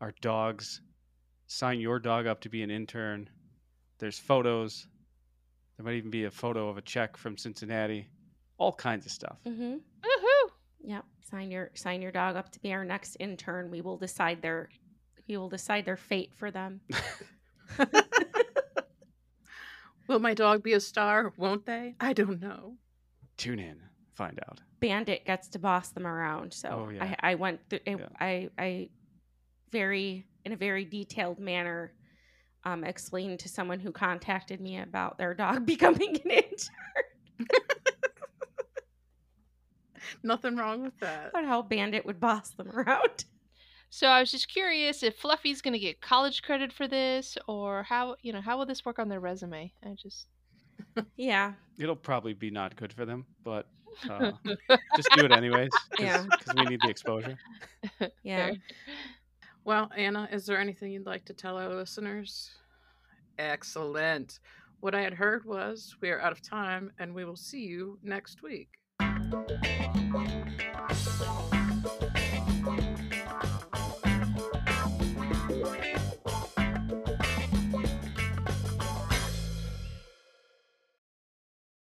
Speaker 5: our dogs, sign your dog up to be an intern. There's photos. There might even be a photo of a check from Cincinnati, all kinds of stuff.
Speaker 4: mm-hmm.
Speaker 3: woohoo.
Speaker 4: Yep. Sign your sign your dog up to be our next intern. We will decide their we will decide their fate for them.
Speaker 2: Will my dog be a star? Won't they? I don't know.
Speaker 5: Tune in, find out.
Speaker 4: Bandit gets to boss them around. So
Speaker 5: Oh, yeah.
Speaker 4: I, I went through. I,
Speaker 5: Yeah.
Speaker 4: I I very in a very detailed manner um, explained to someone who contacted me about their dog *laughs* becoming an
Speaker 5: *laughs*
Speaker 4: inch
Speaker 2: Nothing wrong with that.
Speaker 4: about how Bandit would boss them around. *laughs*
Speaker 3: So I was just curious if Fluffy's going to get college credit for this, or how you know how will this work on their resume? I just
Speaker 4: Yeah.
Speaker 5: It'll probably be not good for them, but
Speaker 4: *laughs*
Speaker 5: uh, just do it anyways.
Speaker 4: Yeah.
Speaker 5: Because we need the exposure.
Speaker 4: Yeah.
Speaker 3: Fair.
Speaker 2: Well, Anna, is there anything you'd like to tell our listeners? Excellent. What I had heard was we are out of time and we will see you next week.